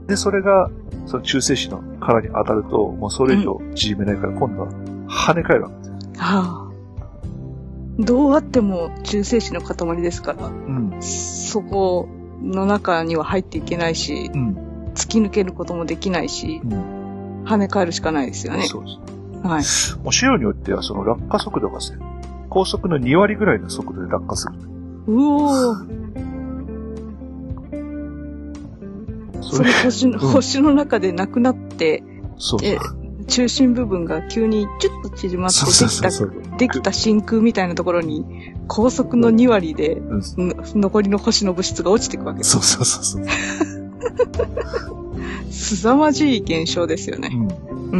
[SPEAKER 1] で、それが、その中性子の殻に当たると、もうそれ以上縮めないから、今度は跳ね返るわけですよ。
[SPEAKER 2] はあ。どうあっても中性子の塊ですから、
[SPEAKER 1] うん。
[SPEAKER 2] そこの中には入っていけないし、
[SPEAKER 1] うん。
[SPEAKER 2] 突き抜けることもできないし、
[SPEAKER 1] うん。
[SPEAKER 2] 跳ね返るしかないですよね。
[SPEAKER 1] そうです。
[SPEAKER 2] はい。
[SPEAKER 1] もう資料によっては、その落下速度がですね、高速の2割ぐらいの速度で落下する。
[SPEAKER 2] うおー、そ
[SPEAKER 1] そ
[SPEAKER 2] れ
[SPEAKER 1] れ、
[SPEAKER 2] 星の、
[SPEAKER 1] うん
[SPEAKER 2] 星の中でなくなって、
[SPEAKER 1] そう
[SPEAKER 2] え中心部分が急にちょっと縮まって
[SPEAKER 1] そう
[SPEAKER 2] で
[SPEAKER 1] そう
[SPEAKER 2] き
[SPEAKER 1] そう
[SPEAKER 2] た、
[SPEAKER 1] そう。
[SPEAKER 2] できた真空みたいなところに、高速の2割で、
[SPEAKER 1] うん
[SPEAKER 2] の残りの星の物質が落ちていくわけです。
[SPEAKER 1] そうそうそうそう。
[SPEAKER 2] 凄まじい現象ですよね。
[SPEAKER 1] うん。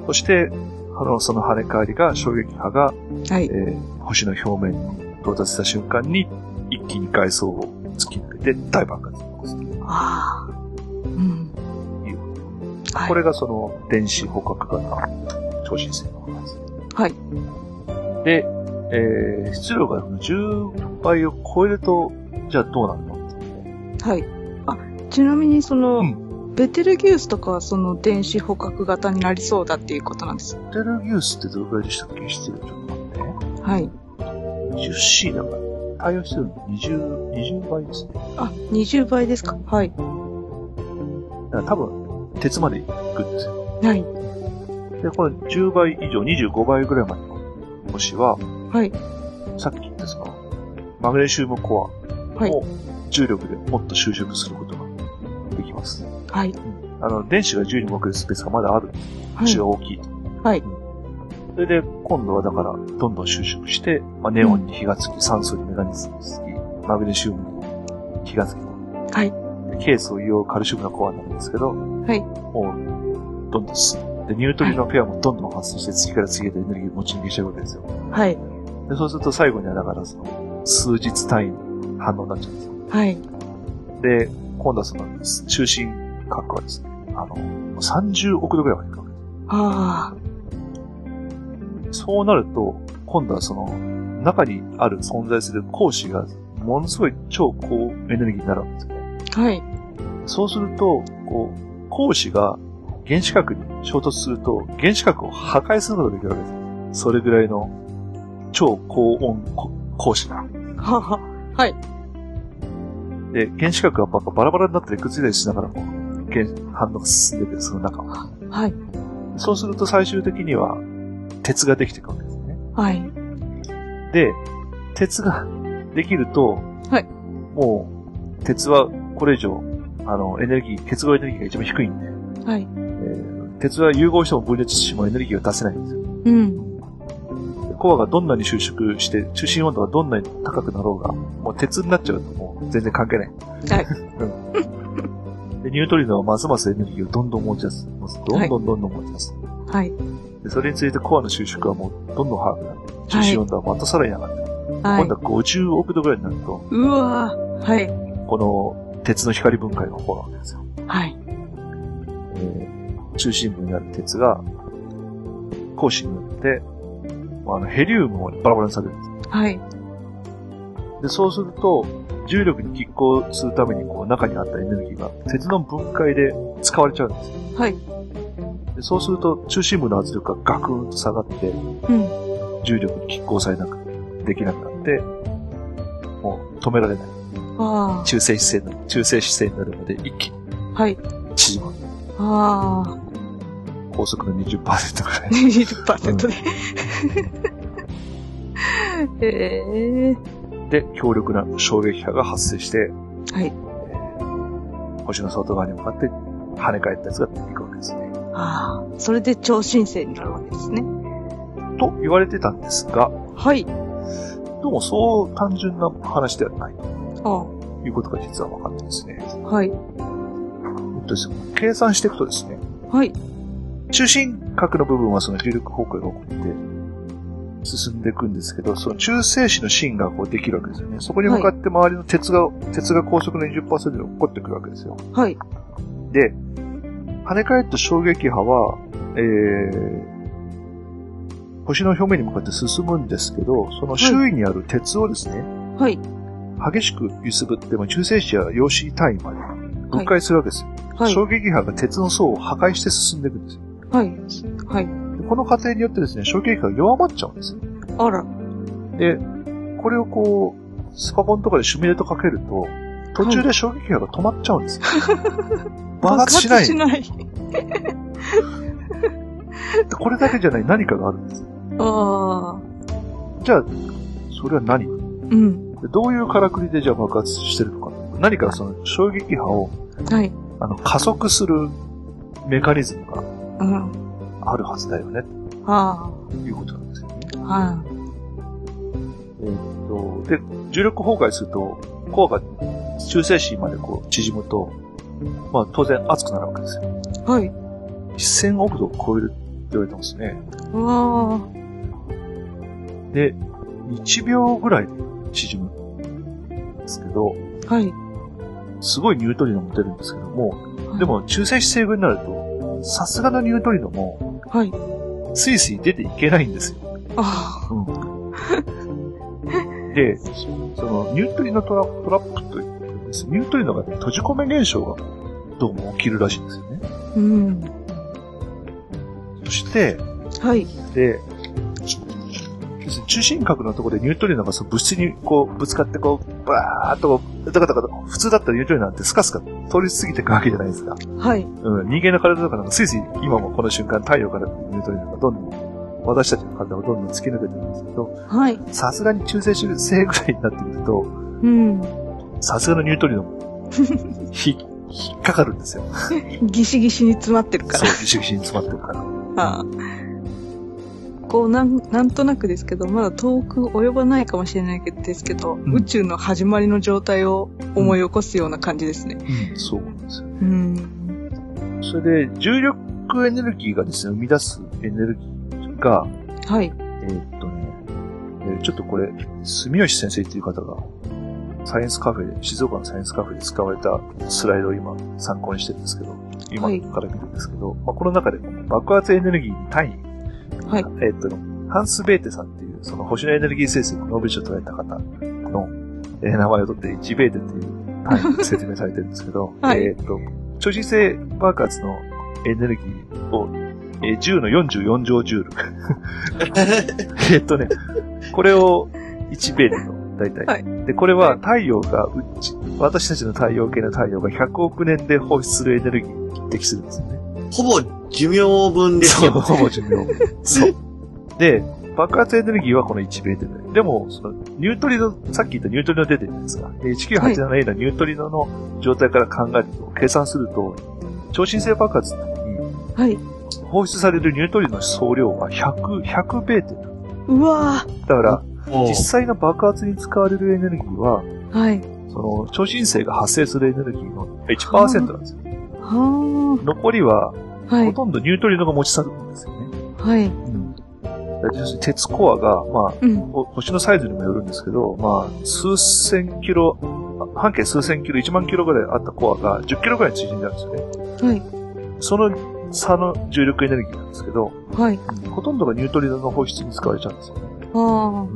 [SPEAKER 2] うん。
[SPEAKER 1] そして、あの、その跳ね返りが、衝撃波が、
[SPEAKER 2] は
[SPEAKER 1] え
[SPEAKER 2] い。
[SPEAKER 1] ー星の表面に到達した瞬間に、一気に外装を突き抜けて大爆発を起こすという。
[SPEAKER 2] ああ。うん。はい
[SPEAKER 1] これがその、電子捕獲型超新星の話です。
[SPEAKER 2] はい。
[SPEAKER 1] で、えー質量が10倍を超えると、じゃあどうなるの
[SPEAKER 2] はい。あ、ちなみにその、
[SPEAKER 1] う
[SPEAKER 2] ベテルギウスとかはその電子捕獲型になりそうだっていうことなんです。
[SPEAKER 1] ベテルギウスってどれくらいでしたっけ質量ちょっと待って。
[SPEAKER 2] はい。
[SPEAKER 1] 20C だから、対応してるの20、20倍ですね。
[SPEAKER 2] あ、20倍ですかはい。
[SPEAKER 1] だから多分、鉄まで行くんですよ。
[SPEAKER 2] はい。
[SPEAKER 1] で、これ10倍以上、25倍ぐらいまでの星は、
[SPEAKER 2] はい。
[SPEAKER 1] さっき言ったその、マグネシウムコア
[SPEAKER 2] はい
[SPEAKER 1] を重力でもっと収縮することができます。
[SPEAKER 2] はい。
[SPEAKER 1] あの、電子が自由に動けるスペースがまだある。
[SPEAKER 2] はい
[SPEAKER 1] 星が大きい。
[SPEAKER 2] はい。
[SPEAKER 1] それで、今度はだから、どんどん収縮して、まあ、ネオンに火がつき、酸素にメガニズムにつき、マグネシウムに火がつき。
[SPEAKER 2] はい。
[SPEAKER 1] でケースを用カルシウムのコアになるんですけど、
[SPEAKER 2] はい。
[SPEAKER 1] もう、どんどん進む。で、ニュートリノペアもどんどん発生して、次から次へとエネルギーを持ち逃げしちゃうわけですよ。
[SPEAKER 2] はい。
[SPEAKER 1] で、そうすると最後には、だから、その、数日単位の反応になっちゃうんですよ。
[SPEAKER 2] はい。
[SPEAKER 1] で、今度はその、中心核はですね、あの、30億度ぐらいまでいくわけで
[SPEAKER 2] あ
[SPEAKER 1] す。そうなると、今度はその、中にある存在する光子が、ものすごい超高エネルギーになるわけですよね。
[SPEAKER 2] あ。はい。
[SPEAKER 1] そうすると、こう、光子が原子核に衝突すると、原子核を破壊することができるわけです。それぐらいの超高温こ光子が。
[SPEAKER 2] はは。はい。
[SPEAKER 1] で、原子核がバカバラバラになってくっついたりしながらも、原反応が進んでて、その中を。
[SPEAKER 2] はい。
[SPEAKER 1] そうすると最終的には、鉄ができていくわけですね。
[SPEAKER 2] はい。
[SPEAKER 1] で、鉄ができると、
[SPEAKER 2] はい
[SPEAKER 1] もう、鉄はこれ以上、あの、エネルギー、結合エネルギーが一番低いんで、
[SPEAKER 2] はい。
[SPEAKER 1] えー鉄は融合しても分裂してもエネルギーが出せないんですよ。
[SPEAKER 2] うん。
[SPEAKER 1] でコアがどんなに収縮して、中心温度がどんなに高くなろうが、もう鉄になっちゃうともう全然関係ない。
[SPEAKER 2] はい
[SPEAKER 1] うんでニュートリノはますますエネルギーをどんどん持ち出す。どんどんどんどん持ち出す。
[SPEAKER 2] はい。
[SPEAKER 1] でそれについてコアの収縮はもうどんどん速くなる。中心温度はまたさらに上がって、
[SPEAKER 2] は
[SPEAKER 1] 今
[SPEAKER 2] い
[SPEAKER 1] 度。は50億度ぐらいになると、
[SPEAKER 2] うわーはい。
[SPEAKER 1] この鉄の光分解が起こるわけですよ。
[SPEAKER 2] はい。
[SPEAKER 1] えー中心部にある鉄が、光子によって、まあ、あのヘリウムをバラバラにされるんです。
[SPEAKER 2] はい。
[SPEAKER 1] で、そうすると、重力に拮抗するために、こう、中にあったエネルギーが、鉄の分解で使われちゃうんです。
[SPEAKER 2] はい。
[SPEAKER 1] でそうすると、中心部の圧力がガクンと下がって、
[SPEAKER 2] うん。
[SPEAKER 1] 重力に拮抗されなく、できなくなって、もう、止められない。
[SPEAKER 2] あ
[SPEAKER 1] 中性姿勢になる、中性姿勢になるまで一気に
[SPEAKER 2] あ。はい。
[SPEAKER 1] 縮まる。
[SPEAKER 2] ああ。
[SPEAKER 1] 高速の20%ぐらい。
[SPEAKER 2] 20%で。ええ
[SPEAKER 1] で、強力な衝撃波が発生して、
[SPEAKER 2] はい。
[SPEAKER 1] 星の外側に向かって跳ね返ったやつが行くわけですね。
[SPEAKER 2] ああ。それで超新星になるわけですね。
[SPEAKER 1] と言われてたんですが、
[SPEAKER 2] はい。
[SPEAKER 1] どうもそう単純な話ではない
[SPEAKER 2] ああ。
[SPEAKER 1] ということが実は分かってですね。
[SPEAKER 2] はい。
[SPEAKER 1] えっとですね計算していくとですね、
[SPEAKER 2] はい。
[SPEAKER 1] 中心角の部分はその重力崩壊が起こって進んでいくんですけど、その中性子の芯がこうできるわけですよね。そこに向かって周りの鉄が、鉄が高速の20%で起こってくるわけですよ。
[SPEAKER 2] はい。
[SPEAKER 1] で、跳ね返った衝撃波は、えー、星の表面に向かって進むんですけど、その周囲にある鉄をですね、
[SPEAKER 2] はい。
[SPEAKER 1] 激しく揺すぶっても中性子や陽子単位まで分解するわけですよ。
[SPEAKER 2] はい。
[SPEAKER 1] 衝撃波が鉄の層を破壊して進んでいくんですよ。
[SPEAKER 2] はい。はい。
[SPEAKER 1] でこの過程によってですね、衝撃波が弱まっちゃうんですよ。
[SPEAKER 2] あら。
[SPEAKER 1] で、これをこう、スパコンとかでシミュレートかけると、途中で衝撃波が止まっちゃうん ですよ。爆発しない。
[SPEAKER 2] 爆発しない。
[SPEAKER 1] これだけじゃない何かがあるんです。
[SPEAKER 2] ああ。
[SPEAKER 1] じゃあ、それは何
[SPEAKER 2] うん。
[SPEAKER 1] でどういうからくりでじゃあ爆発してるのか。何かその衝撃波を
[SPEAKER 2] はい。
[SPEAKER 1] あの加速するメカニズムが
[SPEAKER 2] うん。
[SPEAKER 1] あるはずだよね、
[SPEAKER 2] あ
[SPEAKER 1] ということなんですよね。
[SPEAKER 2] あ。は
[SPEAKER 1] とで、重力崩壊すると、コアが中性子までこう縮むと、まあ当然熱くなるわけですよ。
[SPEAKER 2] い。はい。
[SPEAKER 1] 1000億度を超えるって言われてますね。
[SPEAKER 2] わあ。
[SPEAKER 1] で、1秒ぐらいで縮むんですけど、
[SPEAKER 2] はい。
[SPEAKER 1] すごいニュートリノも出るんですけども、でも中性子成分になると、さすがのニュートリノも、
[SPEAKER 2] はい。
[SPEAKER 1] スイスイ出ていけないんですよ。
[SPEAKER 2] あ
[SPEAKER 1] で、その、ニュートリノトラトラップというんです。ニュートリノがね閉じ込め現象がどうも起きるらしいんですよね。
[SPEAKER 2] あ。うん。
[SPEAKER 1] そして、
[SPEAKER 2] はい。
[SPEAKER 1] で、要するに中心核のところでニュートリノがその物質にこうぶつかってこう、バーっとこう、だかだかと、普通だったらニュートリノなんてスカスカ通り過ぎていくわけじゃないですか。
[SPEAKER 2] はい。
[SPEAKER 1] うん、人間の体とかなんかスイスイ今もこの瞬間太陽からニュートリノがどんどん、私たちの体をどんどん突き抜けてるんですけど、
[SPEAKER 2] はい。
[SPEAKER 1] さすがに中性子性ぐらいになってくると、
[SPEAKER 2] うん。
[SPEAKER 1] さすがのニュートリノも、 ひ、引っかかるんですよ。
[SPEAKER 2] ギシギシに詰まってるか
[SPEAKER 1] そ
[SPEAKER 2] ら。
[SPEAKER 1] う、ギシギシに詰まってるから。
[SPEAKER 2] ああこうなん、なんとなくですけど、まだ遠く及ばないかもしれないですけど、
[SPEAKER 1] ん
[SPEAKER 2] 宇宙の始まりの状態を思い起こすような感じですね。
[SPEAKER 1] うん、そうなんですよ。
[SPEAKER 2] うん。
[SPEAKER 1] それで、重力エネルギーがですね、生み出すエネルギーが、
[SPEAKER 2] はい。
[SPEAKER 1] えーっとね、えーちょっとこれ、住吉先生っていう方が、サイエンスカフェで、静岡のサイエンスカフェで使われたスライドを今参考にしてるんですけど、今
[SPEAKER 2] はい
[SPEAKER 1] から見るんですけど、まあ、この中でこの爆発エネルギーに単位、
[SPEAKER 2] はい、
[SPEAKER 1] えーっと、ハンス・ベーテさんっていう、その星のエネルギー生成のノーベル賞を取られた方の、えー名前を取って1ベーテっていう単位で 説明されてるんですけど
[SPEAKER 2] はい
[SPEAKER 1] えーっと、超新星爆発のエネルギーを、えー10の44乗ジュール。えっとね、これを1ベールの、大体。
[SPEAKER 2] は
[SPEAKER 1] で、これは太陽が、うち、私たちの太陽系の太陽が100億年で放出するエネルギーに匹敵するんですよね。
[SPEAKER 3] ほぼ寿命分です
[SPEAKER 1] そう、
[SPEAKER 3] よ。
[SPEAKER 1] ほぼ寿命。そう。で、爆発エネルギーはこの1ベーテル。でも、その、ニュートリノ、さっき言ったニュートリノ出てるんですか。で 1987A のニュートリノの状態から考えると、計算すると、超新星爆発の時に
[SPEAKER 2] はい。
[SPEAKER 1] 放出されるニュートリノの総量は100、100ベーテル。
[SPEAKER 2] うわ
[SPEAKER 1] だから、
[SPEAKER 3] もう
[SPEAKER 1] 実際の爆発に使われるエネルギーは、
[SPEAKER 2] ーはい。
[SPEAKER 1] その、超新星が発生するエネルギーの1%なんですよ。
[SPEAKER 2] は
[SPEAKER 1] 残りは、
[SPEAKER 2] あ。は
[SPEAKER 1] ほ
[SPEAKER 2] い。
[SPEAKER 1] とんどニュートリノが持ち去るんですよね。
[SPEAKER 2] はい。
[SPEAKER 1] だから要するに鉄コアが、まあ、
[SPEAKER 2] うん。
[SPEAKER 1] ほ星のサイズにもよるんですけど、まあ、数千キロ、あ半径数千キロ、1万キロぐらいあったコアが10キロぐらいに縮んじゃうんですよね。
[SPEAKER 2] はい。
[SPEAKER 1] その差の重力エネルギーなんですけど、
[SPEAKER 2] はい。
[SPEAKER 1] ほとんどがニュートリノの放出に使われちゃうんですよね。
[SPEAKER 2] は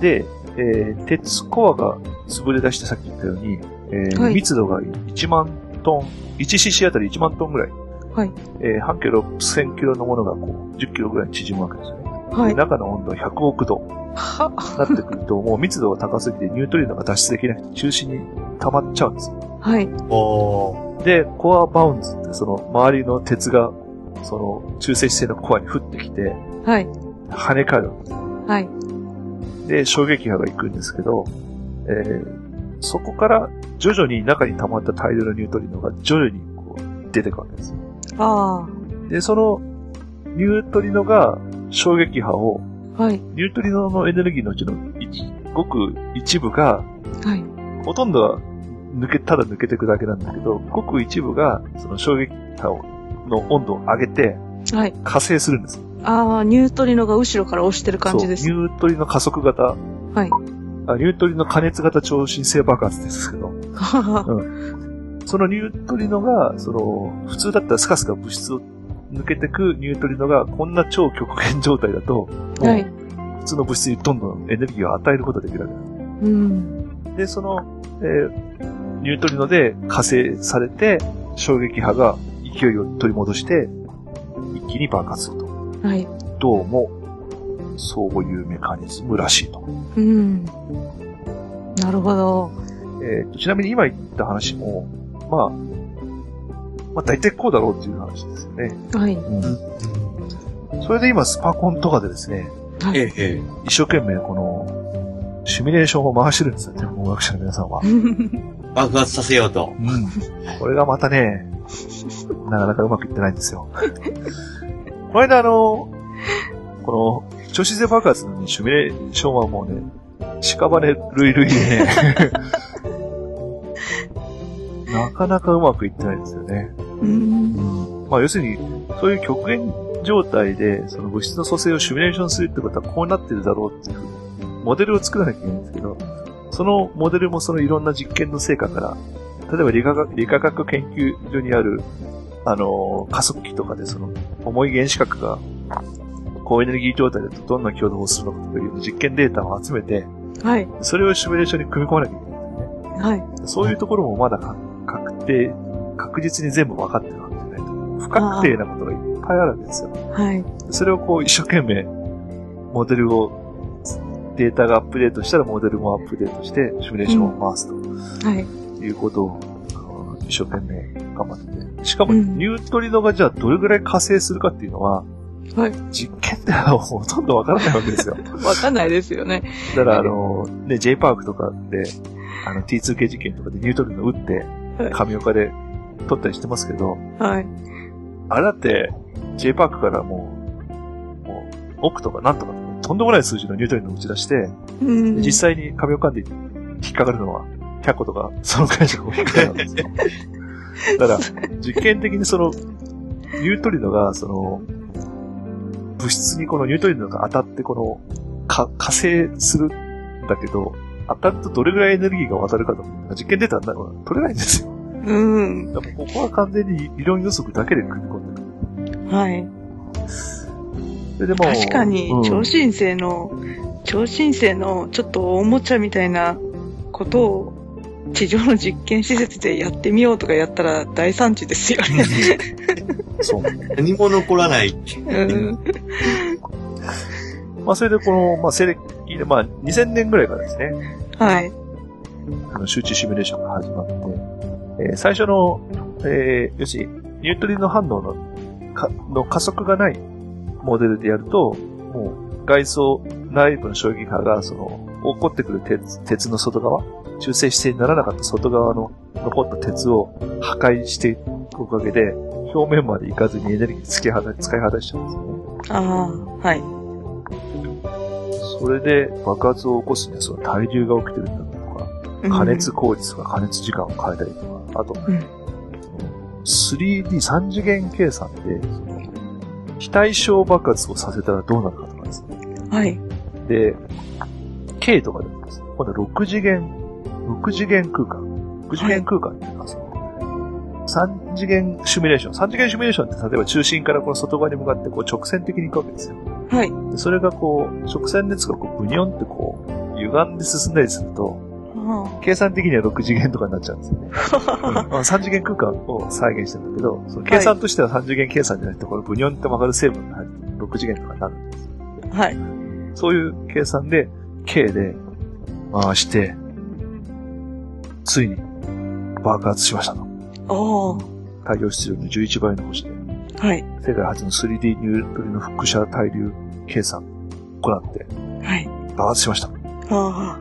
[SPEAKER 1] で、えー鉄コアが潰れ出してさっき言ったように、えー
[SPEAKER 2] はい
[SPEAKER 1] 密度が1万トン、1cc あたり1万トンぐらい、
[SPEAKER 2] はい
[SPEAKER 1] えー半径6000キロのものがこう10キロぐらいに縮むわけですよね。
[SPEAKER 2] あ。は
[SPEAKER 1] で
[SPEAKER 2] い。
[SPEAKER 1] 中の温度は100億度
[SPEAKER 2] は
[SPEAKER 1] になってく ると、もう密度が高すぎてニュートリノが脱出できなくて中心に溜まっちゃうんですよ。
[SPEAKER 2] はい。
[SPEAKER 3] お
[SPEAKER 1] で、コアバウンズってその周りの鉄が、その中性子性のコアに降ってきて、
[SPEAKER 2] はい。
[SPEAKER 1] 跳ね返る
[SPEAKER 2] はい。
[SPEAKER 1] で、衝撃波が行くんですけど、えーそこから徐々に中に溜まった大量のニュートリノが徐々にこう出てくるわけですよ。
[SPEAKER 2] あ
[SPEAKER 1] で、そのニュートリノが衝撃波を、
[SPEAKER 2] あ。はい。
[SPEAKER 1] ニュートリノのエネルギーのうちの一ごく一部が、
[SPEAKER 2] はい。
[SPEAKER 1] ほとんどは抜け、ただ抜けていくだけなんだけど、ごく一部がその衝撃波をの温度を上げて
[SPEAKER 2] はい。
[SPEAKER 1] 加勢するんです。
[SPEAKER 2] ああ、ニュートリノが後ろから押してる感じです
[SPEAKER 1] そう。ニュートリノ加速型。はいあ、ニュートリノ加熱型超新星爆発ですけど。
[SPEAKER 2] はは
[SPEAKER 1] そのニュートリノが、その、普通だったらスカスカ物質を抜けてくニュートリノがこんな超極限状態だと、
[SPEAKER 4] は
[SPEAKER 1] も
[SPEAKER 4] い。
[SPEAKER 1] う普通の物質にどんどんエネルギーを与えることができるわけ
[SPEAKER 4] うん。
[SPEAKER 1] で、その、えーニュートリノで加勢されて、衝撃波が勢いを取り戻して、一気に爆発すると。
[SPEAKER 4] はい。
[SPEAKER 1] どうも、そういうメカニズムらしいと。
[SPEAKER 4] うん。なるほど。
[SPEAKER 1] えーとちなみに今言った話も、まあ、まあ大体こうだろうっていう話ですよね。
[SPEAKER 4] はい。
[SPEAKER 1] それで今スパコンとかでですね、
[SPEAKER 4] はい
[SPEAKER 3] ええ。
[SPEAKER 1] 一生懸命この、シミュレーションを回してるんですよ、天文学者の皆さんは。
[SPEAKER 3] 爆発させよ うと。
[SPEAKER 1] これがまたね、なかなかうまくいってないんですよ。この間あの、この、超自然爆発のシミュレーションはもうね、屍類類でね、 なかなかうまくいってないんですよね。
[SPEAKER 4] うん。
[SPEAKER 1] まあ要するに、そういう極限状態で、その物質の組成をシミュレーションするってことはこうなってるだろうっていうふうに、モデルを作らなきゃいけないんですけど、そのモデルもそのいろんな実験の成果から、例えば理化学理化学研究所にある、あのー加速器とかでその重い原子核が高エネルギー状態だとどんな挙動をするのかという実験データを集めて、
[SPEAKER 4] はい。
[SPEAKER 1] それをシミュレーションに組み込まなきゃいけな
[SPEAKER 4] は
[SPEAKER 1] い。
[SPEAKER 4] い。
[SPEAKER 1] そういうところもまだか確定、確実に全部分かってるわけじゃないと。不確定なことがいっぱいあるわけですよ。
[SPEAKER 4] はい。
[SPEAKER 1] それをこう一生懸命、モデルを、データがアップデートしたらモデルもアップデートして、シミュレーションを回すと
[SPEAKER 4] はい。
[SPEAKER 1] いうことを、あの一生懸命頑張ってて。しかも、
[SPEAKER 4] うん
[SPEAKER 1] ニュートリノがじゃあどれぐらい火星するかっていうのは、
[SPEAKER 4] はい
[SPEAKER 1] 実験ではほとんどわからないわけですよ。
[SPEAKER 4] わかんないですよね。
[SPEAKER 1] だから、あの、ね、J パークとかで、あの、T2K 事件とかでニュートリノ打って
[SPEAKER 4] はい、
[SPEAKER 1] 神岡で撮ったりしてますけど、
[SPEAKER 4] はい。
[SPEAKER 1] あれだって、J パークからもう、もう、億とかなんとか、とんでもない数字のニュートリノを打ち出して、
[SPEAKER 4] うん。
[SPEAKER 1] 実際に神岡で引っかかるのは、100個とか、その会社が多いくらいなんですよ。 だから、実験的にその、ニュートリノが、その、物質にこのニュートリノが当たって、この、か、加勢するんだけど、当たるとどれぐらいエネルギーが渡るかとか、実験データはな取れないんですよ。
[SPEAKER 4] うん。
[SPEAKER 1] だからここは完全に理論予測だけで組み込んでる。
[SPEAKER 4] はい。
[SPEAKER 1] それでもう
[SPEAKER 4] 確かに
[SPEAKER 1] うん、
[SPEAKER 4] 超新星の、超新星のちょっとおもちゃみたいなことを地上の実験施設でやってみようとかやったら大惨事ですよね。
[SPEAKER 1] そう。
[SPEAKER 3] 何も残ら ない。
[SPEAKER 4] うん。
[SPEAKER 1] まあ、それでこの、まあ、西暦で、まあ、2000年ぐらいからですね、
[SPEAKER 4] はい。
[SPEAKER 1] あの集中シミュレーションが始まって、えー最初の、えー要するに、ニュートリノ反応のかの加速がないモデルでやると、もう外装内部の衝撃波が、その、起こってくる鉄鉄の外側、中性姿勢にならなかった外側の残った鉄を破壊していくおかげで、表面まで行かずにエネルギーつけはだ使い果たしちゃうんですよね。
[SPEAKER 4] ああ、はい。
[SPEAKER 1] それで爆発を起こすにはその体重が起きてるんだとか、
[SPEAKER 4] うん
[SPEAKER 1] 加熱。効率とか加熱時間を変えたりとか、あと、
[SPEAKER 4] うん
[SPEAKER 1] 3D、三次元計算で、その非対称爆発をさせたらどうなるかとかですね。
[SPEAKER 4] はい。
[SPEAKER 1] で、K とかでもですね、今度は6次元、6次元空間。6次元空間っていうのはその、3次元シミュレーション。3次元シミュレーションって例えば中心からこの外側に向かってこう直線的に行くわけですよ。
[SPEAKER 4] はい。
[SPEAKER 1] でそれがこう、直線列がこう、ブニョンってこう、歪んで進んだりすると、
[SPEAKER 4] あ
[SPEAKER 1] 計算的には6次元とかになっちゃうんですよね。
[SPEAKER 4] あ
[SPEAKER 1] まあ3次元空間を再現してるんだけど、その計算としては3次元計算じゃなくて、このブニョンって曲がる成分が入ると6次元とかになる。
[SPEAKER 4] はい。
[SPEAKER 1] そういう計算で、K で回して、ついに爆発しましたと。
[SPEAKER 4] おー。
[SPEAKER 1] 太陽質量の11倍の星で、
[SPEAKER 4] はい。
[SPEAKER 1] 世界初の 3D ニュートリノ輻射対流計算を行って
[SPEAKER 4] はい。
[SPEAKER 1] 爆発しました。
[SPEAKER 4] ああ。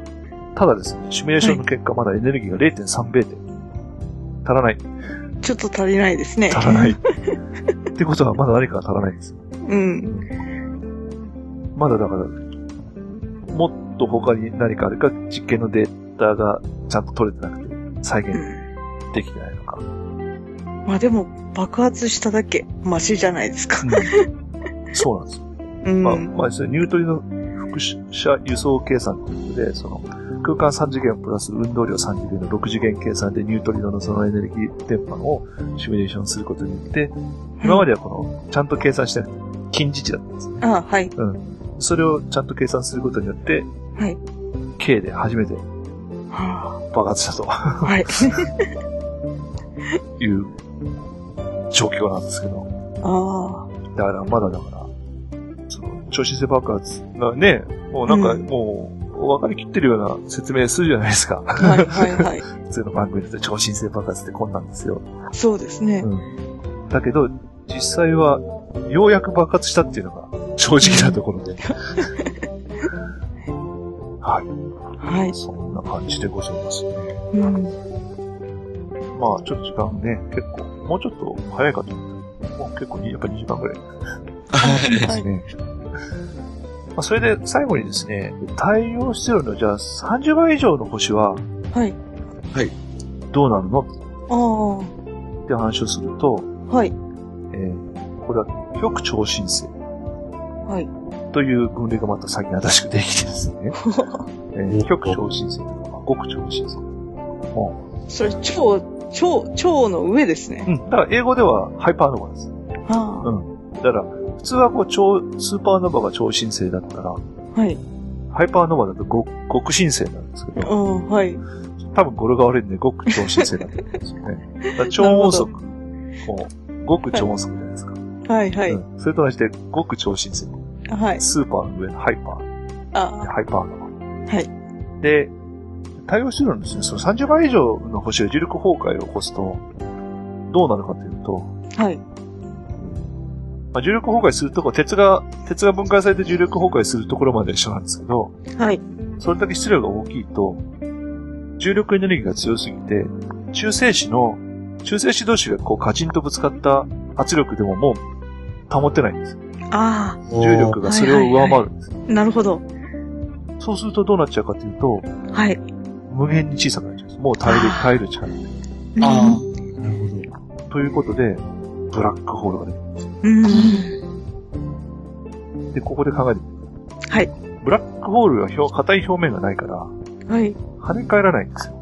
[SPEAKER 1] ただですね、シミュレーションの結果、まだエネルギーが0.3ベーテ足らない。
[SPEAKER 4] ちょっと足りないですね。
[SPEAKER 1] 足らない。ってことは、まだ何かが足らないんです。
[SPEAKER 4] うん。
[SPEAKER 1] まだだから、もっと他に何かあるか、実験のデータがちゃんと取れてなくて、再
[SPEAKER 4] う
[SPEAKER 1] 現
[SPEAKER 4] ん
[SPEAKER 1] できてないのか。
[SPEAKER 4] まあでも、爆発しただけ、マシじゃないですか。
[SPEAKER 1] そうなんですよ。
[SPEAKER 4] うん。
[SPEAKER 1] まあ、まあ、それニュートリノ副射輸送計算ということで、その、空間3次元プラス運動量3次元の6次元計算でニュートリノのそのエネルギー電波をシミュレーションすることによって、今まではこの、ちゃんと計算してない、近似値だったんですね。
[SPEAKER 4] あはい。
[SPEAKER 1] それをちゃんと計算することによって、
[SPEAKER 4] はい。
[SPEAKER 1] K で初めて
[SPEAKER 4] は
[SPEAKER 1] 爆発した
[SPEAKER 4] あ はい。
[SPEAKER 1] という状況なんですけど、
[SPEAKER 4] あ
[SPEAKER 1] だからまだだから、その、超新星爆発がね、もうなんか、
[SPEAKER 4] うん
[SPEAKER 1] もう、分かりきってるような説明するじゃないですか。
[SPEAKER 4] あ。はいはいはい。
[SPEAKER 1] 普通の番組だと超新星爆発ってこんなんですよ。
[SPEAKER 4] そうですね。
[SPEAKER 1] だけど、実際は、ようやく爆発したっていうのが、正直なところ で。はい。
[SPEAKER 4] はい。
[SPEAKER 1] そんな感じでございますね。
[SPEAKER 4] うん。
[SPEAKER 1] まあ、ちょっと時間ね、結構、もうちょっと早いかと思ったけどもう結構に、やっぱ2時間ぐらい。
[SPEAKER 4] はい。
[SPEAKER 1] ね。まあ、それで最後にですね、太陽質量のじゃあ30倍以上の星は
[SPEAKER 4] はい。
[SPEAKER 1] どうなるの
[SPEAKER 4] ああ。
[SPEAKER 1] って話をすると、
[SPEAKER 4] はい。
[SPEAKER 1] えーこれは極超新星
[SPEAKER 4] はい。
[SPEAKER 1] という分類がまた先に新しくできてですね、えー極超新星とか、まあ極超新星。
[SPEAKER 4] それ、超、超、超の上ですね。
[SPEAKER 1] うん。だから英語ではハイパーノーバーです。
[SPEAKER 4] あ
[SPEAKER 1] だから、普通はこう超、スーパーノーバーが超新星だったら、
[SPEAKER 4] あ。はい。
[SPEAKER 1] ハイパーノーバーだとご極新星なんですけど
[SPEAKER 4] う、ん、はい。
[SPEAKER 1] 多分語呂が悪いんで、極超新星だと思うんですよね。だから超音速。こう、極超音速じゃないですか。
[SPEAKER 4] はいはい。
[SPEAKER 1] うんそれと同じで、極超新星。
[SPEAKER 4] はい。
[SPEAKER 1] スーパーの上のハイパー。
[SPEAKER 4] あ
[SPEAKER 1] ハイパーの。。
[SPEAKER 4] はい
[SPEAKER 1] で、対応してるんですね。その30倍以上の星が重力崩壊を起こすと、どうなるかというと、
[SPEAKER 4] あ。はい。
[SPEAKER 1] まあ、重力崩壊するとこ、鉄が、鉄が分解されて重力崩壊するところまで一緒なんですけど、
[SPEAKER 4] はい。
[SPEAKER 1] それだけ質量が大きいと、重力エネルギーが強すぎて、中性子の、中性子同士がこうカチンとぶつかった圧力でももう保てないんですよ。
[SPEAKER 4] あ
[SPEAKER 1] 重力がそれを上回るんですよ。
[SPEAKER 4] あ。なるほど。
[SPEAKER 1] そうするとどうなっちゃうかというと、
[SPEAKER 4] はい。
[SPEAKER 1] 無限に小さくなっちゃうんです。もう耐える
[SPEAKER 4] あー
[SPEAKER 1] 耐える力がない。
[SPEAKER 3] あ
[SPEAKER 5] なるほど。
[SPEAKER 1] ということで、ブラックホールが出てく
[SPEAKER 4] うん。
[SPEAKER 1] るで、ここで考えてみてくださ。
[SPEAKER 4] はい
[SPEAKER 1] ブラックホールは表、硬い表面がないから、
[SPEAKER 4] はい。
[SPEAKER 1] 跳ね返らないんですよ。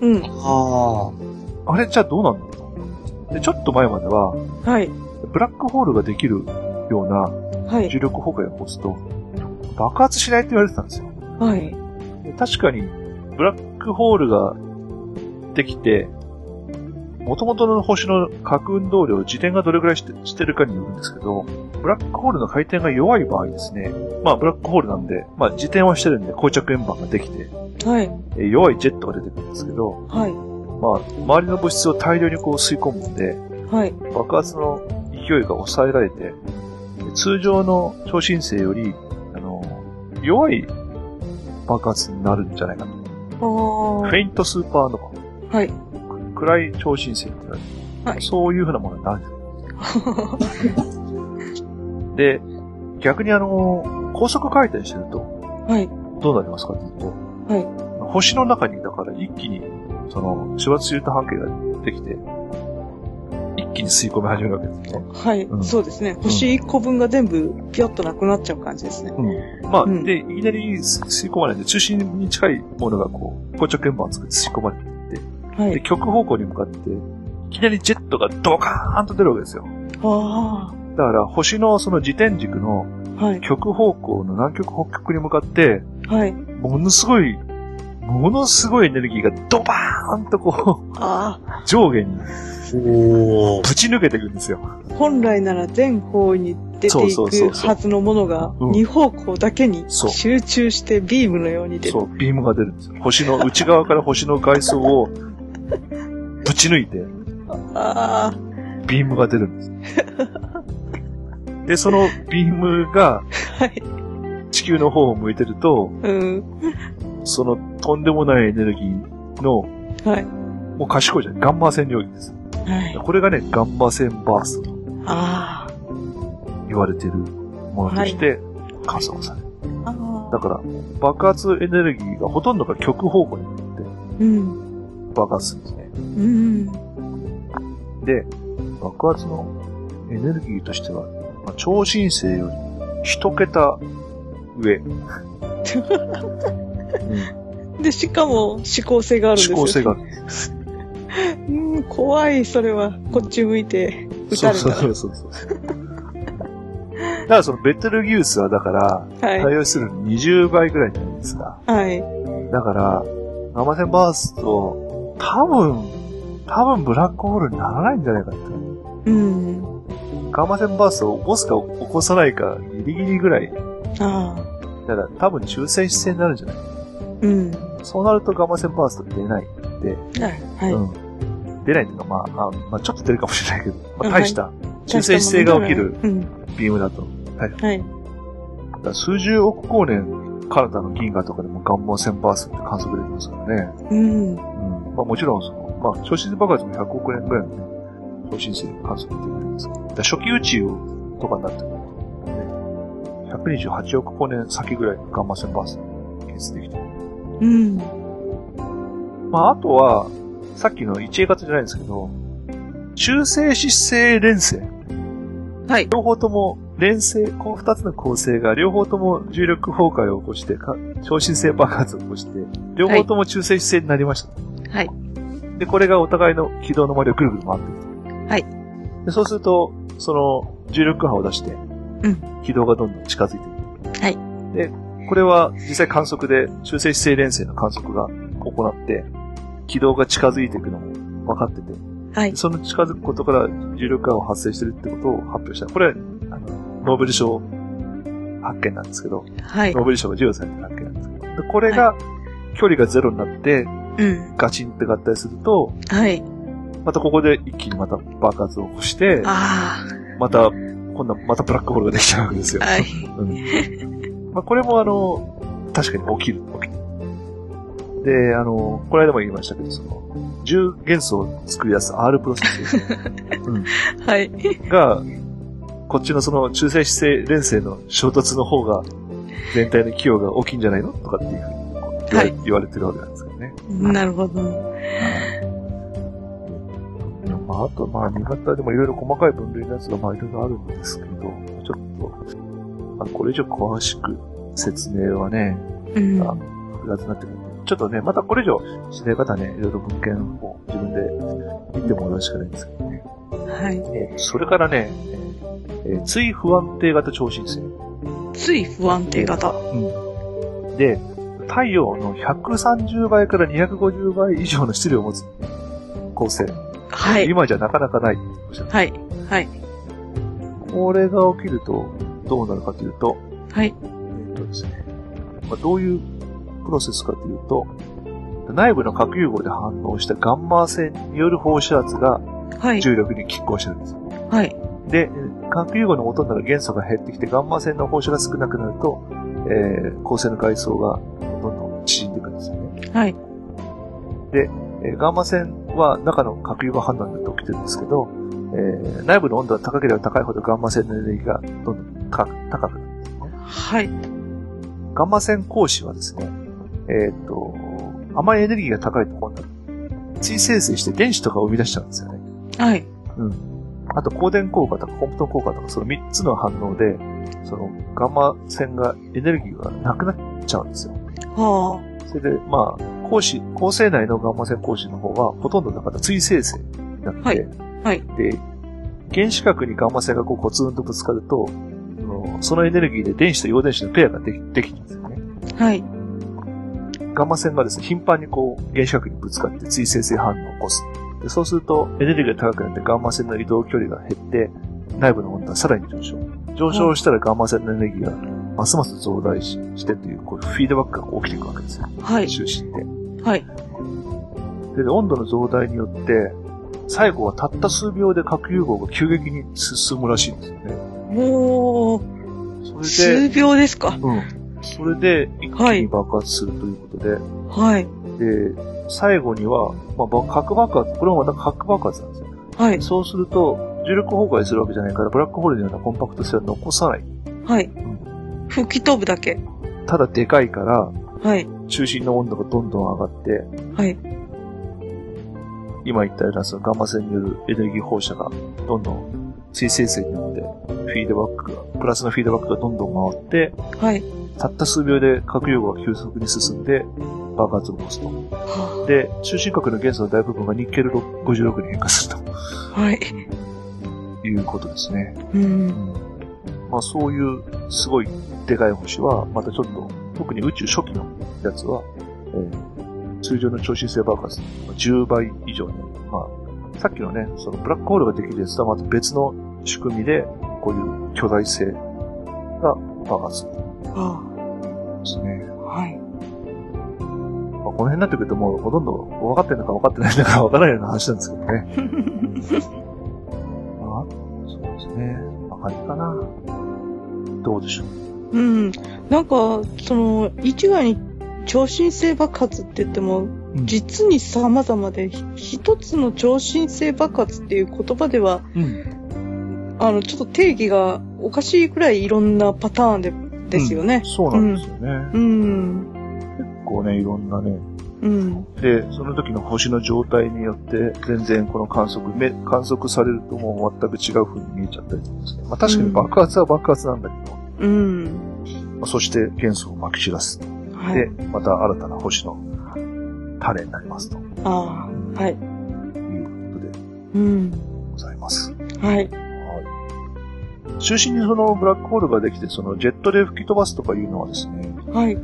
[SPEAKER 4] うん。
[SPEAKER 3] あ
[SPEAKER 1] あれ、じゃあどうなんだろうで、ちょっと前までは、
[SPEAKER 4] はい。
[SPEAKER 1] ブラックホールができるような
[SPEAKER 4] はい。
[SPEAKER 1] 重力崩壊を起こすと、爆発しないと言われてたんですよ。
[SPEAKER 4] はい。
[SPEAKER 1] で確かに、ブラックホールができて、元々の星の核運動量、自転がどれくらいしてしてるかによるんですけど、ブラックホールの回転が弱い場合ですね、まあブラックホールなんで、まあ自転はしてるんで膠着円盤ができて、
[SPEAKER 4] はい。
[SPEAKER 1] えー弱いジェットが出てくるんですけど、
[SPEAKER 4] はい。
[SPEAKER 1] まあ周りの物質を大量にこう吸い込むんで、
[SPEAKER 4] はい。
[SPEAKER 1] 爆発の勢いが抑えられて、通常の超新星より、あの、弱い爆発になるんじゃないかと。
[SPEAKER 4] ああ。
[SPEAKER 1] フェイントスーパーノバ
[SPEAKER 4] はい。
[SPEAKER 1] 暗い超新星って言われてる
[SPEAKER 4] はい
[SPEAKER 1] そういうふうなものになる。 で、逆にあの、高速回転してると、
[SPEAKER 4] はい。
[SPEAKER 1] どうなりますかっていうと、星の中に、だから一気に、その、始末た半径ができて、一気に吸い込み始めるわけですね。
[SPEAKER 4] はい。
[SPEAKER 1] うん
[SPEAKER 4] そうですね。星1個分が全部ピョッとなくなっちゃう感じですね。
[SPEAKER 1] まあ、
[SPEAKER 4] うん
[SPEAKER 1] で、いきなり吸い込まないで、中心に近いものがこう、膠着円盤を作って吸い込まれて、
[SPEAKER 4] は
[SPEAKER 1] で、
[SPEAKER 4] い。
[SPEAKER 1] 極方向に向かって、いきなりジェットがドカーンと出るわけですよ。
[SPEAKER 4] あ
[SPEAKER 1] だから、星のその自転軸の
[SPEAKER 4] あ。はい。
[SPEAKER 1] 極方向の南極北極に向かって、
[SPEAKER 4] はい。
[SPEAKER 1] ものすごい、ものすごいエネルギーがドバーンとこ
[SPEAKER 4] あ
[SPEAKER 1] う、 上下に
[SPEAKER 3] あ。おー。
[SPEAKER 1] ぶち抜けていくんですよ。
[SPEAKER 4] あ。本来なら全方位に出
[SPEAKER 1] そ
[SPEAKER 4] て
[SPEAKER 1] う
[SPEAKER 4] い
[SPEAKER 1] そうそう
[SPEAKER 4] く
[SPEAKER 1] そう
[SPEAKER 4] はずのものが
[SPEAKER 1] うん
[SPEAKER 4] 2方向だけに
[SPEAKER 1] そう
[SPEAKER 4] 集中してビームのように出る
[SPEAKER 1] そ。う、ビームが出るんですよ。星の内側から星の外装をぶち抜いて、
[SPEAKER 4] あ
[SPEAKER 1] ビームが出るんです。で、そのビームが
[SPEAKER 4] あ。はい。
[SPEAKER 1] 地球の方を向いてると、
[SPEAKER 4] うん。
[SPEAKER 1] そのとんでもないエネルギーの、
[SPEAKER 4] はい。
[SPEAKER 1] もう賢いじゃん。ガンマ線領域です。
[SPEAKER 4] はい。
[SPEAKER 1] これがね、ガンマ線バーストと
[SPEAKER 4] あ
[SPEAKER 1] 言われているものとして観測される。
[SPEAKER 4] あ。ああ。
[SPEAKER 1] だから、爆発エネルギーがほとんどが極方向に
[SPEAKER 4] うん。
[SPEAKER 1] 爆発するんですね。
[SPEAKER 4] うん。
[SPEAKER 1] で、爆発のエネルギーとしては、まあ超新星より一桁上。
[SPEAKER 4] で、しかも、指向性があるんです
[SPEAKER 1] 指
[SPEAKER 4] よ。
[SPEAKER 1] 向性がある。
[SPEAKER 4] うん、怖い、それは。こっち向いて、撃たれたら。
[SPEAKER 1] そうそうそうそう。だからそのベテルギウスはだから、
[SPEAKER 4] はい。
[SPEAKER 1] 対応するの20倍ぐらいじゃないですか。
[SPEAKER 4] はい。
[SPEAKER 1] だから、生線バースト、多分、多分ブラックホールにならないんじゃないかって。
[SPEAKER 4] うん。
[SPEAKER 1] ガンマ線バーストを起こすか起こさないかギリギリぐらい。
[SPEAKER 4] ああ。
[SPEAKER 1] だから多分抽選姿勢になるんじゃない
[SPEAKER 4] うん。
[SPEAKER 1] そうなるとガンマ線バースト出な
[SPEAKER 4] は
[SPEAKER 1] い。
[SPEAKER 4] い。はい。
[SPEAKER 1] うん。出ないっていうか、まあ、あまあ、ちょっと出るかもしれないけど、
[SPEAKER 4] う
[SPEAKER 1] まあ、
[SPEAKER 4] ん
[SPEAKER 1] 大した抽選姿勢が起きる
[SPEAKER 4] うん。
[SPEAKER 1] ビームだと。
[SPEAKER 4] はい。
[SPEAKER 1] だから数十億光年、カナダの銀河とかでもガンマ線バーストって観測できますからね。
[SPEAKER 4] うん。
[SPEAKER 1] うんまあもちろんその、まあ、超新星爆発も100億年ぐらいのね、超新星観測ってるんですけど、だから初期宇宙とかになってくるとね、128億光年先ぐらいのガンマ線バーストが検出できてる。
[SPEAKER 4] うん。
[SPEAKER 1] まああとは、さっきの一 a 型じゃないんですけど、中性子星連星。
[SPEAKER 4] はい。
[SPEAKER 1] 両方とも連星、この二つの構成が両方とも重力崩壊を起こして、か超新星爆発を起こして、両方とも中性子星になりました。
[SPEAKER 4] はい。
[SPEAKER 1] で、これがお互いの軌道の周りをぐるぐる回ってると。
[SPEAKER 4] はい。
[SPEAKER 1] で、そうすると、その、重力波を出して、
[SPEAKER 4] ん
[SPEAKER 1] 軌道がどんどん近づいていく。
[SPEAKER 4] は
[SPEAKER 1] はい。で、これは実際観測で、中性子星連星の観測が行って、軌道が近づいていくのも分かってて、
[SPEAKER 4] はい
[SPEAKER 1] で。その近づくことから重力波を発生してるってことを発表した。これ、あの、ノーベル賞発見なんですけど、
[SPEAKER 4] はい
[SPEAKER 1] ノ。ーベル賞が授与された発見なんですけど、でこれが、距離がゼロになって、
[SPEAKER 4] うん。
[SPEAKER 1] ガチンって合体すると、
[SPEAKER 4] はい。
[SPEAKER 1] またここで一気にまた爆発を起こして、
[SPEAKER 4] あ
[SPEAKER 1] また、今度はまたブラックホールができちゃうわけですよ
[SPEAKER 4] あ。。はい。
[SPEAKER 1] まあこれもあの、確かに起きる。起きるで、あの、この間も言いましたけど、その、重元素を作り出す R プロセス
[SPEAKER 4] はい。
[SPEAKER 1] が、こっちのその中性子星連星の衝突の方が、全体の寄与が大きいんじゃないのとかっていうふうに言われ,、
[SPEAKER 4] は
[SPEAKER 1] 言われてるわけなんですけどね。
[SPEAKER 4] なるほど。
[SPEAKER 1] まあ、あと、まあ、新潟でもいろいろ細かい分類のやつが、まあ、いろいろあるんですけど、ちょっと、まあ、これ以上詳しく説明はね、
[SPEAKER 4] うん。
[SPEAKER 1] あの複雑になってくるんで、ちょっとね、またこれ以上知り方ね、いろいろ文献を自分で見てもらうしかないんですけどね。
[SPEAKER 4] はい。
[SPEAKER 1] えーそれからね、えーえー追不安定型超新星。
[SPEAKER 4] つい不安定型。
[SPEAKER 1] で、太陽の130倍から250倍以上の質量を持つ構成。
[SPEAKER 4] はい。
[SPEAKER 1] 今じゃなかなかない。
[SPEAKER 4] はい。はい。
[SPEAKER 1] これが起きるとどうなるかというと、
[SPEAKER 4] はい。
[SPEAKER 1] えーとですねまあ、どういうプロセスかというと、内部の核融合で反応したガンマ線による放射圧が
[SPEAKER 4] はい。
[SPEAKER 1] 重力に拮抗してるんです。
[SPEAKER 4] はい。
[SPEAKER 1] で、核融合の元になる元素が減ってきて、ガンマ線の放射が少なくなると、えー、構成の外層がどんどん縮んでいくんですよね。
[SPEAKER 4] はい。
[SPEAKER 1] えーガンマ線は中の核融合反応によって起きてるんですけど、えー内部の温度が高ければ高いほどガンマ線のエネルギーがどんどん高く高くなるんですよね。
[SPEAKER 4] はい。
[SPEAKER 1] ガンマ線光子はですね、えーっと、あまりエネルギーが高いところになる。追生成して電子とかを生み出しちゃうんですよね。
[SPEAKER 4] はい。
[SPEAKER 1] あと、光電効果とかコンプトン効果とか、その3つの反応で、そのガンマ線が、エネルギーがなくなっちゃうんですよ。
[SPEAKER 4] は
[SPEAKER 1] それで、まあ、光子、光性内のガンマ線光子の方は、ほとんどなかった追生成になって、
[SPEAKER 4] はいはい
[SPEAKER 1] で、原子核にガンマ線がこうコツンとぶつかると、そのそのエネルギーで電子と陽電子のペアができできるんですよね。
[SPEAKER 4] あ。はい。
[SPEAKER 1] ガンマ線がですね、頻繁にこう、原子核にぶつかって追生性反応を起こす。でそうすると、エネルギーが高くなってガンマ線の移動距離が減って、内部の温度はさらに上昇。上昇したらガンマ線のエネルギーがますます増大ししてという、こう、フィードバックがこう起きていくわけですよ。
[SPEAKER 4] はい。
[SPEAKER 1] 中心で。
[SPEAKER 4] はい。
[SPEAKER 1] で、温度の増大によって、最後はたった数秒で核融合が急激に進むらしいんですよね。
[SPEAKER 4] もう、
[SPEAKER 1] それ
[SPEAKER 4] 数
[SPEAKER 1] で、
[SPEAKER 4] 秒ですか。
[SPEAKER 1] うん。それで、一気
[SPEAKER 4] はい
[SPEAKER 1] に爆発するということで、
[SPEAKER 4] はい。
[SPEAKER 1] で、最後には、まあば、核爆発、これはまた核爆発なんですよ。
[SPEAKER 4] はい。
[SPEAKER 1] そうすると、重力崩壊するわけじゃないから、ブラックホールのようなコンパクト性は残さない。
[SPEAKER 4] はい。吹き飛ぶだけ。
[SPEAKER 1] ただでかいから、
[SPEAKER 4] はい。
[SPEAKER 1] 中心の温度がどんどん上がって、
[SPEAKER 4] はい。
[SPEAKER 1] 今言ったようなそのガンマ線によるエネルギー放射がどんどん水生成になって、フィードバックが、プラスのフィードバックがどんどん回って、
[SPEAKER 2] はい。
[SPEAKER 1] たった数秒で核融合が急速に進んで、爆発を起こすと。
[SPEAKER 2] は
[SPEAKER 1] で、中心核の元素の大部分がニッケル56に変化する
[SPEAKER 2] あはい。
[SPEAKER 1] ということですね。
[SPEAKER 2] うん。
[SPEAKER 1] まあ、そういうすごいでかい星は、またちょっと、特に宇宙初期のやつは、えー通常の超新星爆発の10倍以上に、まあ、さっきのね、そのブラックホールができるやつとはまた別の仕組みで、こういう巨大性が爆発するん
[SPEAKER 2] は
[SPEAKER 1] ですね。
[SPEAKER 2] あはい。
[SPEAKER 1] まあ、この辺になってくるともうほとんど分かってるのか分かってないのか分からないような話なんですけどね。まあ、そうですね。わかりかな。どうでしょう。
[SPEAKER 2] うん。なんか、その、一概に超新星爆発って言っても、
[SPEAKER 1] ん
[SPEAKER 2] 実に様々で、ひ一つの超新星爆発っていう言葉では、
[SPEAKER 1] うん。
[SPEAKER 2] あの、ちょっと定義がおかしいくらいいろんなパターンで、ですよね。
[SPEAKER 1] そうなんですよね。
[SPEAKER 2] うん。
[SPEAKER 1] こうね、いろんなね。
[SPEAKER 2] うん。
[SPEAKER 1] で、その時の星の状態によって、全然この観測、目、観測されるともう全く違う風に見えちゃったりとかですね。まあ確かに爆発は爆発なんだけど、
[SPEAKER 2] うん。
[SPEAKER 1] まあそして元素をまき散らす。
[SPEAKER 2] は
[SPEAKER 1] で
[SPEAKER 2] い。、
[SPEAKER 1] また新たな星の種になりますという
[SPEAKER 2] ああー。はい。
[SPEAKER 1] ことで
[SPEAKER 2] うん。
[SPEAKER 1] ございます。
[SPEAKER 2] はい。
[SPEAKER 1] はい。中心にそのブラックホールができて、そのジェットで吹き飛ばすとかいうのはですね、
[SPEAKER 2] はい。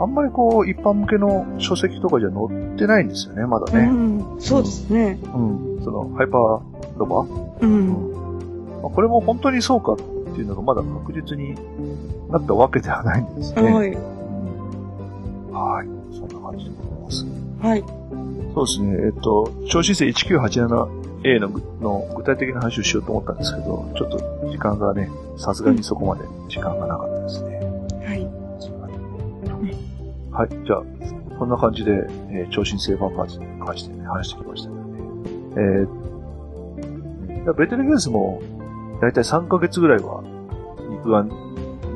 [SPEAKER 1] あんまりこう一般向けの書籍とかじゃ載ってないんですよね、まだ
[SPEAKER 2] う
[SPEAKER 1] ね。
[SPEAKER 2] ん。そうですね。
[SPEAKER 1] うん。そのハイパーロバー
[SPEAKER 2] うん。
[SPEAKER 1] まあこれも本当にそうかっていうのがまだ確実になったわけではないんですね。。
[SPEAKER 2] はいい。
[SPEAKER 1] はい。そんな感じでございます。
[SPEAKER 2] はい。
[SPEAKER 1] そうですね。えっと、超新星 1987A のぐの具体的な話をしようと思ったんですけど、ちょっと時間がね、さすがにそこまで時間がなかったですね。
[SPEAKER 2] はい。
[SPEAKER 1] はい。じゃあ、こんな感じで、えー超新星爆発に関してね、話してきましたけどね。えーいやベテルゲウスも、だいたい3ヶ月ぐらいは、肉眼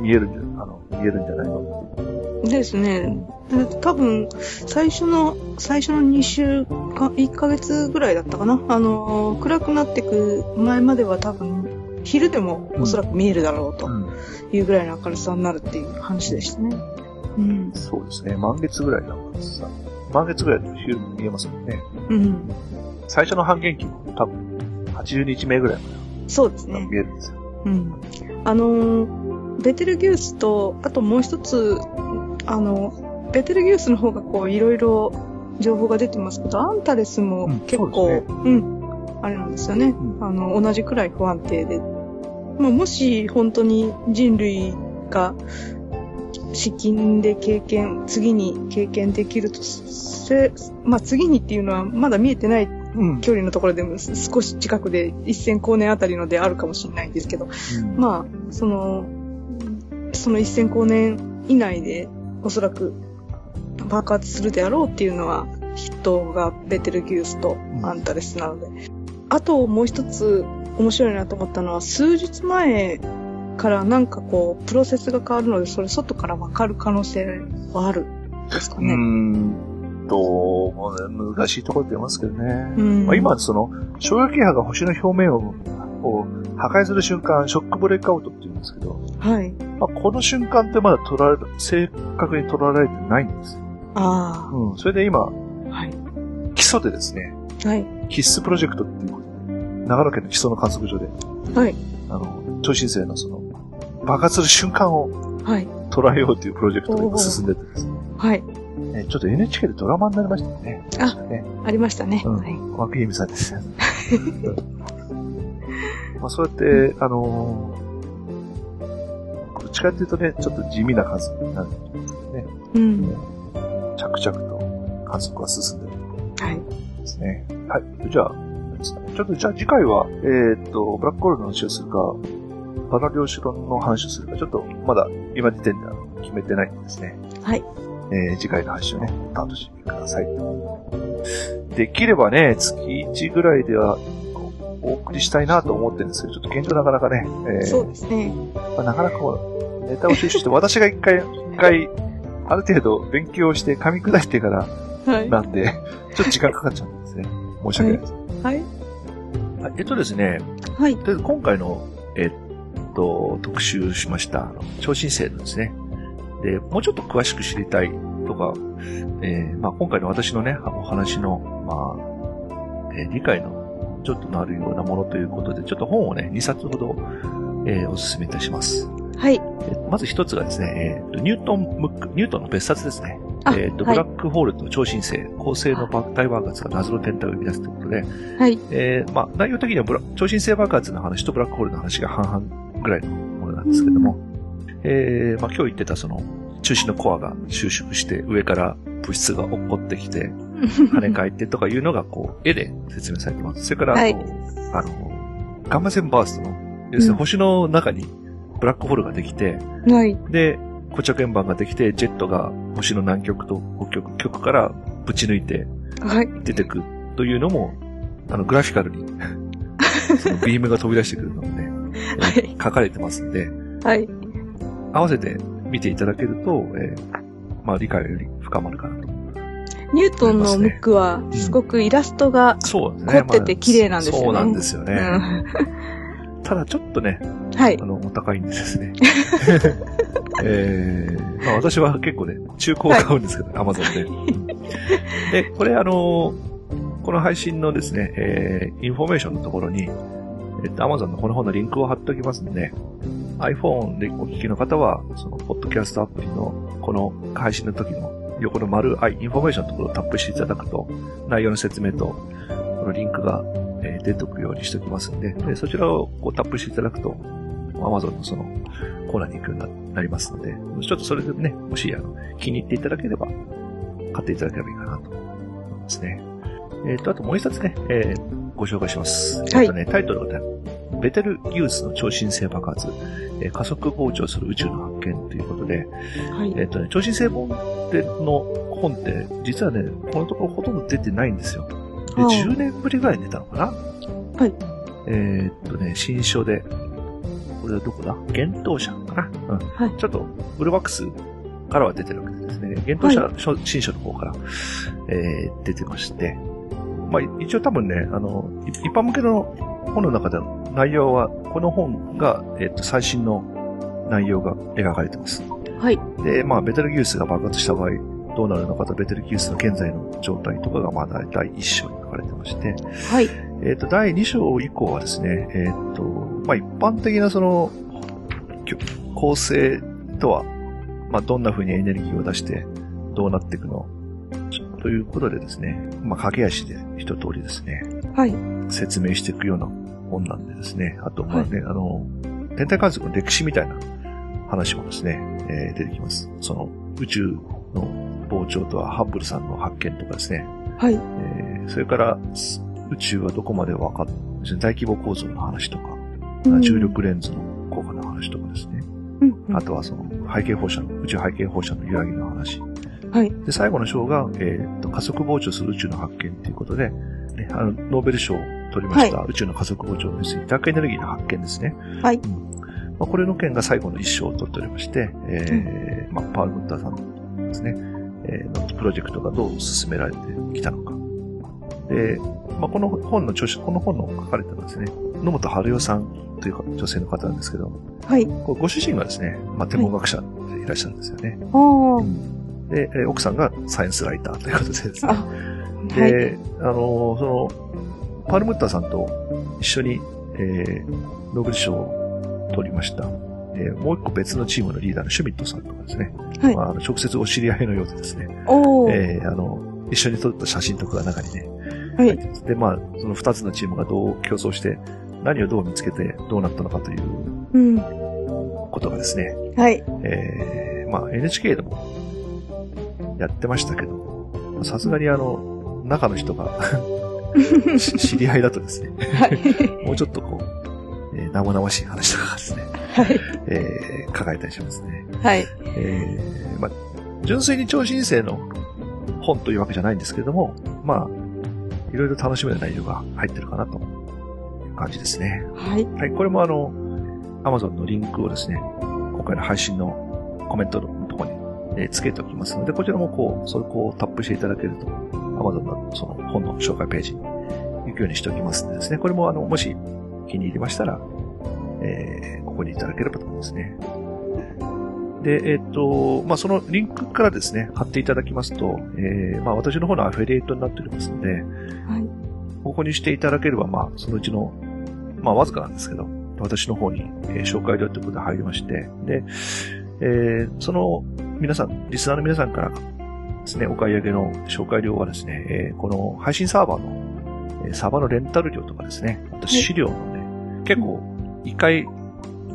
[SPEAKER 1] 見えるんじゃ、あの、見えるんじゃないかって
[SPEAKER 2] ですね。で多分、最初の、最初の2週間、1ヶ月ぐらいだったかな。あのー、暗くなってく前までは多分、昼でもおそらく見えるだろうと
[SPEAKER 1] うん。
[SPEAKER 2] いうぐらいの明るさになるっていう話でしたね。うん。
[SPEAKER 1] そうですね。満月ぐらいだからさ。満月ぐらいの昼も見えますもんね。
[SPEAKER 2] うん。
[SPEAKER 1] 最初の半減期も多分、80日目ぐらいま
[SPEAKER 2] そうです
[SPEAKER 1] で
[SPEAKER 2] ね。
[SPEAKER 1] 見えるんですよ。
[SPEAKER 2] うん。あのー、ベテルギウスと、あともう一つ、あの、ベテルギウスの方がこう、いろいろ情報が出てますけど、アンタレスも
[SPEAKER 1] うん
[SPEAKER 2] 結
[SPEAKER 1] そうで
[SPEAKER 2] 構、うん、あれなんですよね。
[SPEAKER 1] ん
[SPEAKER 2] あの、同じくらい不安定で。まあ、もし本当に人類が、資金で経験、次に経験できるとせ、まあ、次にっていうのはまだ見えてない
[SPEAKER 1] うん。
[SPEAKER 2] 距離のところでも少し近くで1000光年あたりのであるかもしれないんですけど、まあ、その、その1000光年以内でおそらく爆発するであろうっていうのは筆頭がベテルギウスとアンタレスなので。あともう一つ面白いなと思ったのは数日前からなんかこうプロセスが変わるのでそれ外からわかる可能性はあるんですか
[SPEAKER 1] うー
[SPEAKER 2] ね。
[SPEAKER 1] んと、まあね難しいところで出ますけどね。
[SPEAKER 2] うん
[SPEAKER 1] まあ、今、その、衝撃波が星の表面をを破壊する瞬間、ショックブレイクアウトって言うんですけど、
[SPEAKER 2] はい。
[SPEAKER 1] まあ、この瞬間ってまだ捉えら、正確に捉えられてないんです。
[SPEAKER 2] あ
[SPEAKER 1] うん。それで今、
[SPEAKER 2] あ。はい。
[SPEAKER 1] 基礎でですね、
[SPEAKER 2] はい。
[SPEAKER 1] キッスプロジェクトっていうことで、長野県の基礎の観測所で、
[SPEAKER 2] はい。
[SPEAKER 1] あの、超新星のその、爆発する瞬間を
[SPEAKER 2] はい。
[SPEAKER 1] 捉えようというプロジェクトが今進んでてですね
[SPEAKER 2] はい。
[SPEAKER 1] えちょっと NHK でドラマになりましたよね。
[SPEAKER 2] あ
[SPEAKER 1] ね
[SPEAKER 2] ありましたね。
[SPEAKER 1] うん
[SPEAKER 2] はい。
[SPEAKER 1] 涌井美さん です。まあそうやって、あのーどっちかっていうとね、ちょっと地味な数になる
[SPEAKER 2] うん。
[SPEAKER 1] 着々と観測が進んでるん
[SPEAKER 2] はい。
[SPEAKER 1] ですね。はい。じゃあ、何ですかね。ちょっとじゃあ次回は、えーっと、ブラックホールの話をするか、パラ量子論の話をするか、ちょっとまだ今時点では決めてないんですね。
[SPEAKER 2] はい。
[SPEAKER 1] えー次回の配信をね、お楽しみください。できればね、月1ぐらいではおお送りしたいなと思ってるんですけど、ちょっと現状なかなかね、えー
[SPEAKER 2] そうですね。
[SPEAKER 1] まあなかなかこう、ネタを収集して、私が一回、一回、ある程度勉強して噛み砕いてから
[SPEAKER 2] はい。
[SPEAKER 1] なんで、ちょっと時間かかっちゃうんですね。申し訳ないです。
[SPEAKER 2] はい。
[SPEAKER 1] はいえっとですね、
[SPEAKER 2] はい
[SPEAKER 1] とりあえず今回の、えっと、特集しました、あの、超新星のですね。で、もうちょっと詳しく知りたいとか、えーまあ今回の私のね、あのお話の、まあ、えー理解のちょっとのあるようなものということで、ちょっと本をね、2冊ほど、えーお勧めいたします。
[SPEAKER 2] はい。
[SPEAKER 1] えーまず一つがですね、えーとニュートンムック、ニュートンの別冊ですね。
[SPEAKER 2] あ
[SPEAKER 1] えーと、
[SPEAKER 2] はい
[SPEAKER 1] ブラックホールと超新星、恒星の爆体爆発が謎の天体を生み出すということで、
[SPEAKER 2] はい。
[SPEAKER 1] えーまあ、内容的にはブラ超新星爆発の話とブラックホールの話が半々ぐらいのものなんですけども、えーまあ、今日言ってたその中心のコアが収縮して上から物質が落っこってきて跳ね返ってとかいうのがこう絵で説明されてます。それから、
[SPEAKER 2] はい
[SPEAKER 1] こうあの、ガンマ線バーストの、要する
[SPEAKER 2] うん
[SPEAKER 1] に星の中にブラックホールができて、
[SPEAKER 2] はい。
[SPEAKER 1] で、固着円盤ができて、ジェットが星の南極と北極極からぶち抜いて、
[SPEAKER 2] はい。
[SPEAKER 1] 出てくというのも、あの、グラフィカルに、 そのビームが飛び出してくるのもね、
[SPEAKER 2] はい。
[SPEAKER 1] 書かれてますんで、
[SPEAKER 2] はい。
[SPEAKER 1] 合わせて見ていただけると、えーまあ理解より深まるかなと。
[SPEAKER 2] ニュートンのムックは、すごくイラストが、
[SPEAKER 1] そうですね。
[SPEAKER 2] 凝ってて綺麗なんですよね
[SPEAKER 1] そうなんですよ
[SPEAKER 2] う
[SPEAKER 1] ね。
[SPEAKER 2] ん、
[SPEAKER 1] ただちょっとね、
[SPEAKER 2] はい
[SPEAKER 1] あ。の、お高いんですね。 えーまあ私は結構ね、中古を買うんですけど、アマゾンでうん。 で、これあのーこの配信のですね、えーインフォメーションのところに、えっと、アマゾンのこの本のリンクを貼っておきますので、iPhone でお聞きの方は、その、ポッドキャストアプリの、この配信の時の横の丸 I、インフォメーションのところをタップしていただくと、内容の説明と、このリンクが、えー出ておくようにしておきますので、でそちらをこうタップしていただくと、Amazon のそのコーナーに行くようになりますので、ちょっとそれでね、もしあの気に入っていただければ、買っていただければいいかなと思いますね。えっ、と、あともう一冊ね、えーご紹介します。
[SPEAKER 2] は
[SPEAKER 1] えっ
[SPEAKER 2] い
[SPEAKER 1] とね、タイトルがね、ベテルギウスの超新星爆発、えー加速膨張する宇宙の発見ということで、
[SPEAKER 2] はい
[SPEAKER 1] えっ、とね、超新星本っての本って、実はね、このところほとんど出てないんですよ。で、
[SPEAKER 2] はい
[SPEAKER 1] 10年ぶりぐらいに出たのかな
[SPEAKER 2] はい。
[SPEAKER 1] えーっとね、新書で、これはどこだ幻冬者かなうん。
[SPEAKER 2] はい
[SPEAKER 1] ちょっと、ブルーバックスからは出てるわけですね。幻冬者、書新書の方から、えー出てまして。まあ、い一応多分ね、あの、い一般向けの本の中での内容は、この本が、えーっと、最新の内容が描かれてます。
[SPEAKER 2] はい。
[SPEAKER 1] で、まあ、ベテルギウスが爆発した場合、どうなるのかと、ベテルギウスの現在の状態とかが、まあ、大体1章に書かれてまして、
[SPEAKER 2] はい。
[SPEAKER 1] えっ、と、第2章以降はですね、えっ、と、まあ、一般的なその、きょ構成とは、まあ、どんな風にエネルギーを出して、どうなっていくのということでですね、まあ、駆け足で一通りですね、
[SPEAKER 2] はい。
[SPEAKER 1] 説明していくような本なんでですね、あと、まあね、あの、天体観測の歴史みたいな話もですね、えー出てきます。その、宇宙の膨張とは、ハッブルさんの発見とかですね、
[SPEAKER 2] はい。
[SPEAKER 1] えーそれから、す宇宙はどこまで分かっ大規模構造の話とか、
[SPEAKER 2] うん
[SPEAKER 1] 重。力レンズの効果の話とかですね。
[SPEAKER 2] うんうん
[SPEAKER 1] あとはその背景放射の、宇宙背景放射の揺らぎの話。
[SPEAKER 2] はい。
[SPEAKER 1] で、最後の章が、えーと加速膨張する宇宙の発見ということで、ね、あの、ノーベル賞を取りました、宇宙の加速膨張の水ダークエネルギーの発見ですね。
[SPEAKER 2] はい
[SPEAKER 1] うんまあ、これの件が最後の一章を取っておりまして、えーまあ、パール・ムッターさんですね、えーのプロジェクトがどう進められてきたのか。で、まあ、この本の著者、この本の書かれたのはですね、野本春代さんというか女性の方なんですけど、
[SPEAKER 2] はい。
[SPEAKER 1] こうご主人がですね、まあ、天文学者でいらっしゃるんですよね。
[SPEAKER 2] ああ。は
[SPEAKER 1] で、えー奥さんがサイエンスライターということでですね。
[SPEAKER 2] あ
[SPEAKER 1] で、
[SPEAKER 2] い。
[SPEAKER 1] あのーその、パールムッターさんと一緒に、えー、ノーベル賞を取りました。えーもう一個別のチームのリーダーのシュミットさんとかですね。
[SPEAKER 2] はい
[SPEAKER 1] まあ、あの直接お知り合いのようでですね。
[SPEAKER 2] おお。
[SPEAKER 1] えーあの、一緒に撮った写真とかが中にね、
[SPEAKER 2] は
[SPEAKER 1] 入っ
[SPEAKER 2] い。
[SPEAKER 1] てますで、まあ、その二つのチームがどう競争して、何をどう見つけて、どうなったのかという
[SPEAKER 2] うん。
[SPEAKER 1] ことがですね、
[SPEAKER 2] はい。
[SPEAKER 1] えーまあ NHK でもやってましたけど、さすがにあの、中の人が し知り合いだとですね、
[SPEAKER 2] はい。
[SPEAKER 1] もうちょっとこう、えー生々しい話とかがですね、
[SPEAKER 2] はい。
[SPEAKER 1] えー、抱えたりしますね。
[SPEAKER 2] はい。
[SPEAKER 1] えーまあ、純粋に超新星の本というわけじゃないんですけれども、まあ、いろいろ楽しめる内容が入ってるかなという感じですね。
[SPEAKER 2] はい。
[SPEAKER 1] はい、これもあの、Amazon のリンクをですね、今回の配信のコメントのところに、えー付けておきますので、こちらもこう、そこをタップしていただけると、Amazon のその本の紹介ページに行くようにしておきますのでですね、これもあの、もし気に入りましたら、えーここにいただければと思いますね。で、えっ、と、まあ、そのリンクからですね、買っていただきますと、えーまあ、私の方のアフィリエイトになっておりますので、
[SPEAKER 4] はい
[SPEAKER 1] ここにしていただければ、まあ、そのうちの、まあ、わずかなんですけど、私の方に、えー紹介料ということで入りまして、で、えーその、皆さん、リスナーの皆さんからですね、お買い上げの紹介料はですね、えーこの配信サーバーの、えーサーバーのレンタル料とかですね、あと資料のね、結構、一回、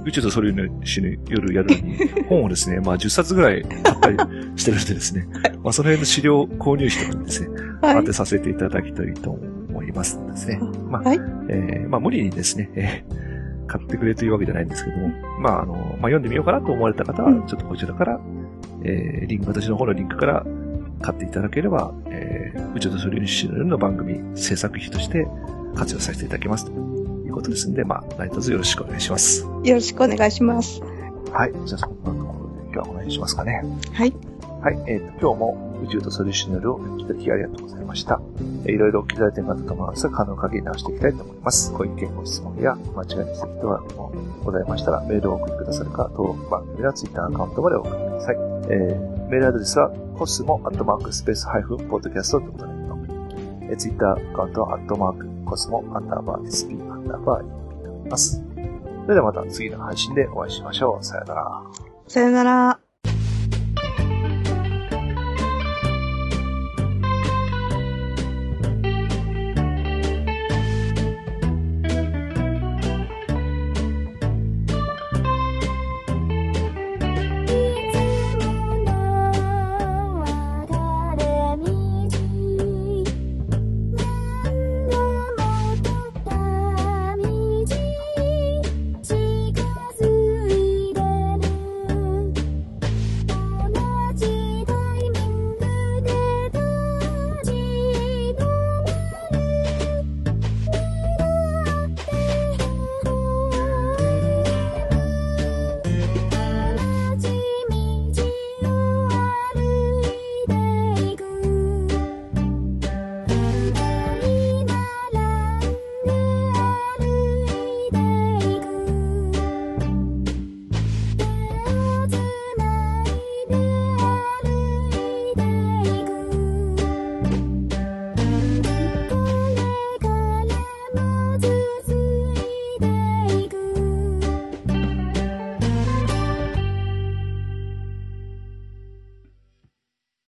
[SPEAKER 1] 宇宙とそれの死ぬ夜やるのに、本をですね、まあ10冊ぐらい買ったりしてるんでですね、まあその辺の資料購入費とかにですね、
[SPEAKER 4] は
[SPEAKER 1] 当てさせていただきたいと思いますのでですね。まあ、
[SPEAKER 4] はい
[SPEAKER 1] えーまあ無理にですね、えー買ってくれというわけじゃないんですけども、まああの、まあ読んでみようかなと思われた方
[SPEAKER 4] うん
[SPEAKER 1] は、ちょっとこちらから、えーリンク、私の方のリンクから買っていただければ、えー、宇宙とソリューションの番組制作費として活用させていただきますということですんで、まあ何卒よろしくお願いします。
[SPEAKER 4] い。よろしくお願いします。
[SPEAKER 1] はい。じゃあそんなところで今日はお願いしますかね。
[SPEAKER 4] はい。
[SPEAKER 1] はい、えーと、今日も宇宙とソリューショナルをお聞きいただきありがとうございました。えーいろいろお聞きいただいている方ともですが可能な限り直していきたいと思います。ご意見、ご質問や間違いについてはもうございましたら、メールをお送りくださるか、登録番組やツイッターアカウントまでお送りください。えーメールアドレスは、コスモアットマークスペースハイフンポッドキャスト .net。えー、ツイッターアカウントは、アットマークコスモアンダーバー SP アンダーバー EP となります。それではまた次の配信でお会いしましょう。さよなら。
[SPEAKER 4] さよなら。